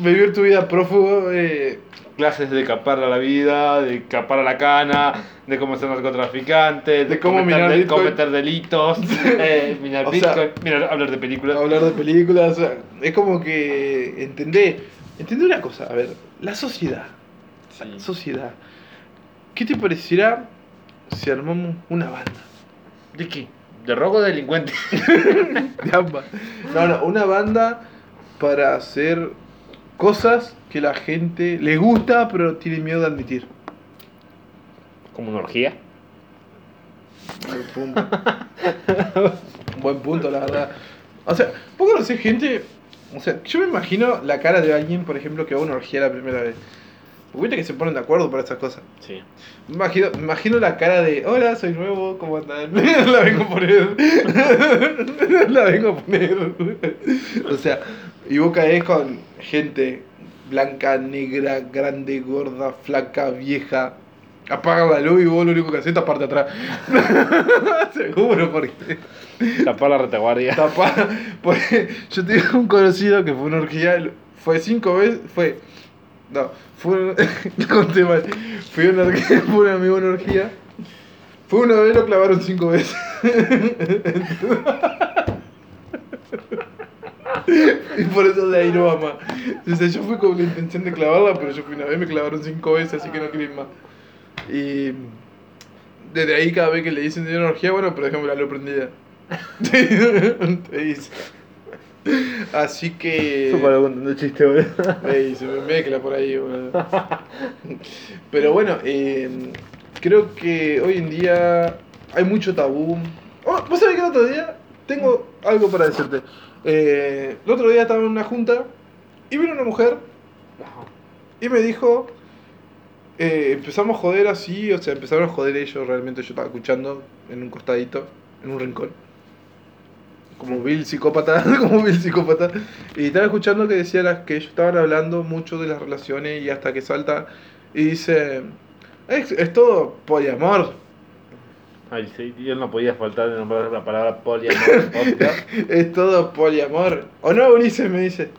Vivir tu vida prófugo, eh, Clases de capar a la vida, de capar a la cana, de cómo ser narcotraficante, De cómo cometer, minar de Bitcoin. cometer delitos, eh, minar O Bitcoin, sea- mirar- hablar de películas. hablar de películas, o sea, es como que entendé, entendé una cosa, a ver, la sociedad, Sí. sociedad, ¿qué te pareciera si armamos una banda? ¿De qué? ¿De robo o de delincuente? De ambas. No, no, una banda para hacer cosas que la gente le gusta pero tiene miedo de admitir. ¿Como una orgía? Buen punto. Buen punto, la verdad. O sea, poco no sé, gente. O sea, yo me imagino la cara de alguien, por ejemplo, que va a una orgía la primera vez. Porque viste que se ponen de acuerdo para esas cosas. Sí. Me imagino, me imagino la cara de: Hola, soy nuevo, ¿cómo andan? la vengo a poner. la vengo a poner. o sea, y vos caes con gente blanca, negra, grande, gorda, flaca, vieja. Apaga la luz y vos lo único que haces es taparte atrás. Seguro, porque Tapar la retaguardia. tapar. porque pues, yo tenía un conocido que fue una orgía, él fue cinco veces, fue. No, fue un. conté mal. Fui a una orgía, fue un amigo a una orgía. Fue una vez, lo clavaron cinco veces. y por eso de ahí no va más. O sea, yo fui con la intención de clavarla, pero yo fui una vez, me clavaron cinco veces, así que no quería ir más. Y. Desde ahí, cada vez que le dicen de una orgía, bueno, pero déjame la luz prendida. Te dice. Así que. contando chiste, boludo. Ey, se me mezcla por ahí, boludo. Pero bueno, eh, creo que hoy en día hay mucho tabú. Oh, ¿Vos sabés que el otro día tengo algo para decirte? Eh, el otro día estaba en una junta y vino una mujer y me dijo. eh, empezamos a joder así, o sea, empezaron a joder ellos, realmente yo estaba escuchando en un costadito, en un rincón. Como vil psicópata, como vil psicópata. Y estaba escuchando que decía las que ellos estaban hablando mucho de las relaciones y hasta que salta y dice, es, es todo poliamor. Ay, sí, yo no podía faltar de nombrar la palabra poliamor en el podcast. Es todo poliamor. ¿O no, Ulises? Me dice.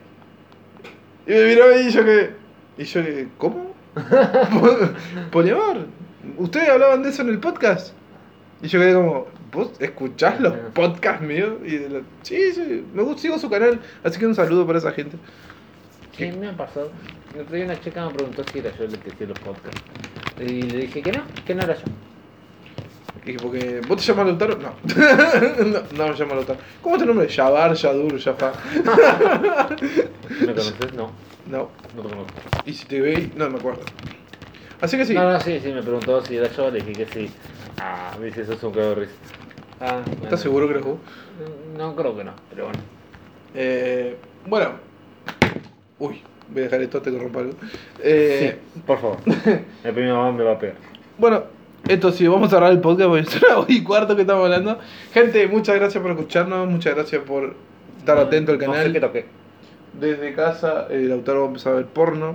Y me miró y yo que... Y yo que... ¿Cómo? Pol- poliamor. ¿Ustedes hablaban de eso en el podcast? Y yo quedé como... ¿Vos escuchás los podcasts míos? Y de la- sí, sí, me gusta, sigo su canal. Así que un saludo para esa gente. ¿Qué me ha pasado? El otro día una chica me preguntó si era yo el que hacía los podcasts. Y le dije que no, que no era yo. Y dije, porque. ¿Vos te llamas Lautaro? No. no, no me llamo Lautaro. ¿Cómo es tu nombre? Yabar, Yadur, Yafa. ¿Me conoces? No, No. no te conozco. Y si te veis, no me acuerdo. Así que sí. No, no, sí, sí, me preguntó si era yo, le dije que sí. Ah, me dice, eso es un cago de risa. Ah, bueno. ¿Estás seguro que eres vos? No, creo que no, pero bueno. Eh, bueno. Uy, voy a dejar esto hasta que rompa algo. Eh, Por favor, el primer mamá me va a pegar. Bueno, esto sí, vamos a cerrar el podcast porque es una hora y cuarto que estamos hablando. Gente, muchas gracias por escucharnos, muchas gracias por estar atento al No sé canal. qué toqué. Desde casa, el autor va a empezar a ver porno.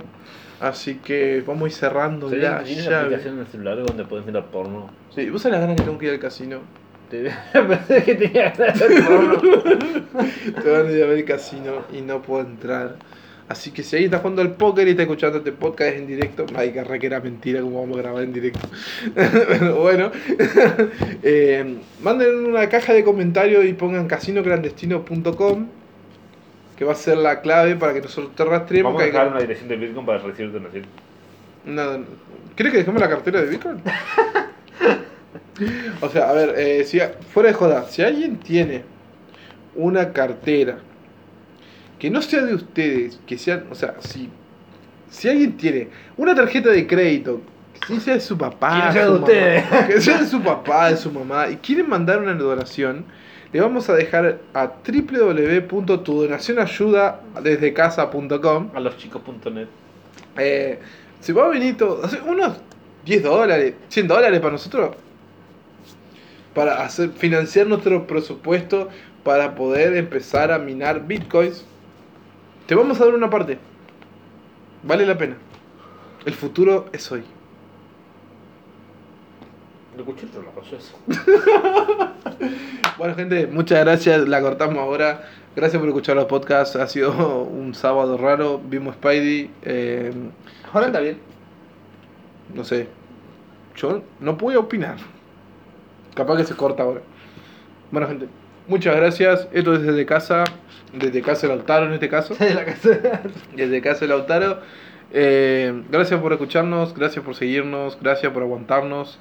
Así que vamos a ir cerrando ya. ¿Sería una ya. aplicación en el celular donde puedes mirar porno? Sí, vos sabés las ganas que tengo que ir al casino. Te- Pensé que tenía ganas de ver porno. Te van a ir a ver el casino y no puedo entrar. Así que si alguien está jugando al póker y está escuchando este podcast en directo, ay, que re que era mentira, como vamos a grabar en directo. Pero bueno, eh, manden una caja de comentarios y pongan casinoclandestino.com, que va a ser la clave para que nosotros te rastreemos. Vamos a que dejar hay- una dirección de Bitcoin para recibir donación. No, no. ¿Querés que dejemos la cartera de Bitcoin? o sea, a ver, eh, si, fuera de joda, si alguien tiene una cartera que no sea de ustedes, que sea, o sea, si, si alguien tiene una tarjeta de crédito, que sí sea de su papá, Que no sea de su mamá, ustedes. que sea de su papá, de su mamá, y quieren mandar una donación, le vamos a dejar a www.tudonacionayudadesdecasa.com A los chicos.net. eh, si va a venir todo, hace unos 10 dólares, 100 dólares para nosotros, para hacer, financiar nuestro presupuesto, para poder empezar a minar bitcoins. Te vamos a dar una parte. Vale la pena. El futuro es hoy. Lo escuché el trolazo eso. Bueno, gente, muchas gracias. La cortamos ahora. Gracias por escuchar los podcasts. Ha sido un sábado raro. Vimos Spidey. eh, Ahora está bien. no sé. Yo no pude opinar. Capaz que se corta ahora. Bueno, gente, muchas gracias. Esto es desde casa. Desde casa de Lautaro en este caso. De la casa. Desde casa de Lautaro. Eh, gracias por escucharnos. Gracias por seguirnos. Gracias por aguantarnos.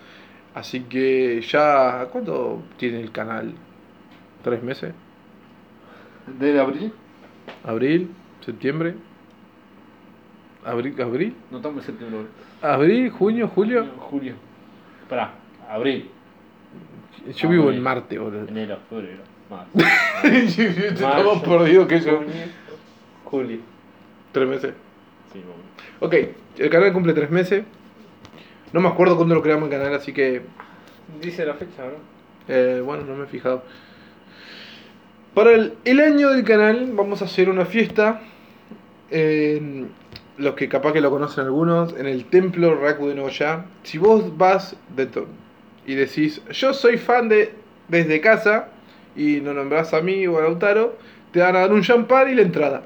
Así que ya. ¿Cuánto tiene el canal? ¿Tres meses? ¿De abril? Abril, septiembre. Abril, abril, No estamos en septiembre. boludo. abril, junio, julio. Julio. Pará. Abril. Yo vivo en Abril. Marte, boludo. Enero. Febrero. Marzo. Estamos Mayo, perdidos que yo. junio, Julio. Tres meses. Sí, vamos. Ok, el canal cumple tres meses. No me acuerdo cuándo lo creamos el canal, así que Dice la fecha, ¿verdad? Eh, bueno, no me he fijado. Para el, el año del canal vamos a hacer una fiesta. en- los que capaz que lo conocen algunos, en el templo Raku de Noya. Si vos vas de to- y decís, yo soy fan de desde casa, y nos nombrás a mí o a Lautaro, te van a dar un champán y la entrada.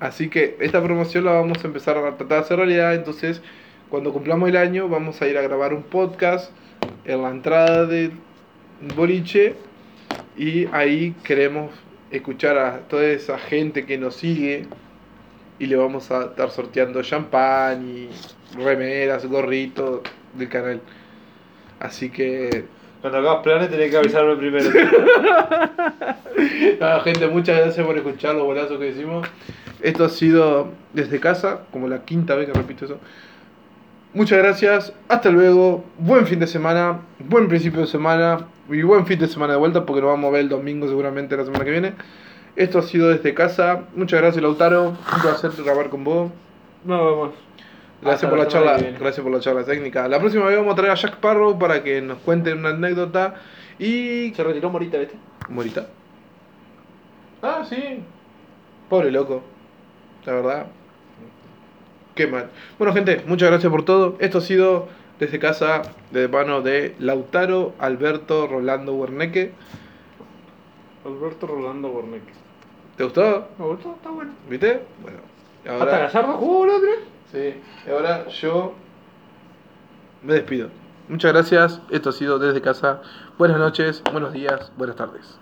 Así que esta promoción la vamos a empezar a tratar de hacer realidad, entonces cuando cumplamos el año vamos a ir a grabar un podcast en la entrada de Boliche y ahí queremos escuchar a toda esa gente que nos sigue y le vamos a estar sorteando champán y remeras, gorritos del canal. Así que Cuando hagas planes tenés que avisarme primero. Nada, Ah, gente, muchas gracias por escuchar los bolazos que hicimos. Esto ha sido desde casa, como la quinta vez que repito eso. Muchas gracias, hasta luego, buen fin de semana, buen principio de semana y buen fin de semana de vuelta porque nos vamos a ver el domingo seguramente la semana que viene. Esto ha sido desde casa, muchas gracias Lautaro, un placer grabar con vos. No, vamos. Gracias Hasta por la la semana charla, que viene. gracias por la charla técnica. La próxima vez vamos a traer a Jack Parrow para que nos cuente una anécdota y Se retiró Morita, ¿viste? Morita. Ah, sí. Pobre loco. La verdad. Qué mal. Bueno, gente, muchas gracias por todo. Esto ha sido desde casa, de mano de Lautaro, Alberto, Rolando Werneque. Alberto Rolando Borneck. ¿Te gustó? Me gustó, está bueno. ¿Viste? Bueno. ¿Hasta Ahora, Gallardo ¡Uh, jugó, boludo, creo? sí, y ahora yo me despido. Muchas gracias. Esto ha sido desde casa. Buenas noches, buenos días, buenas tardes.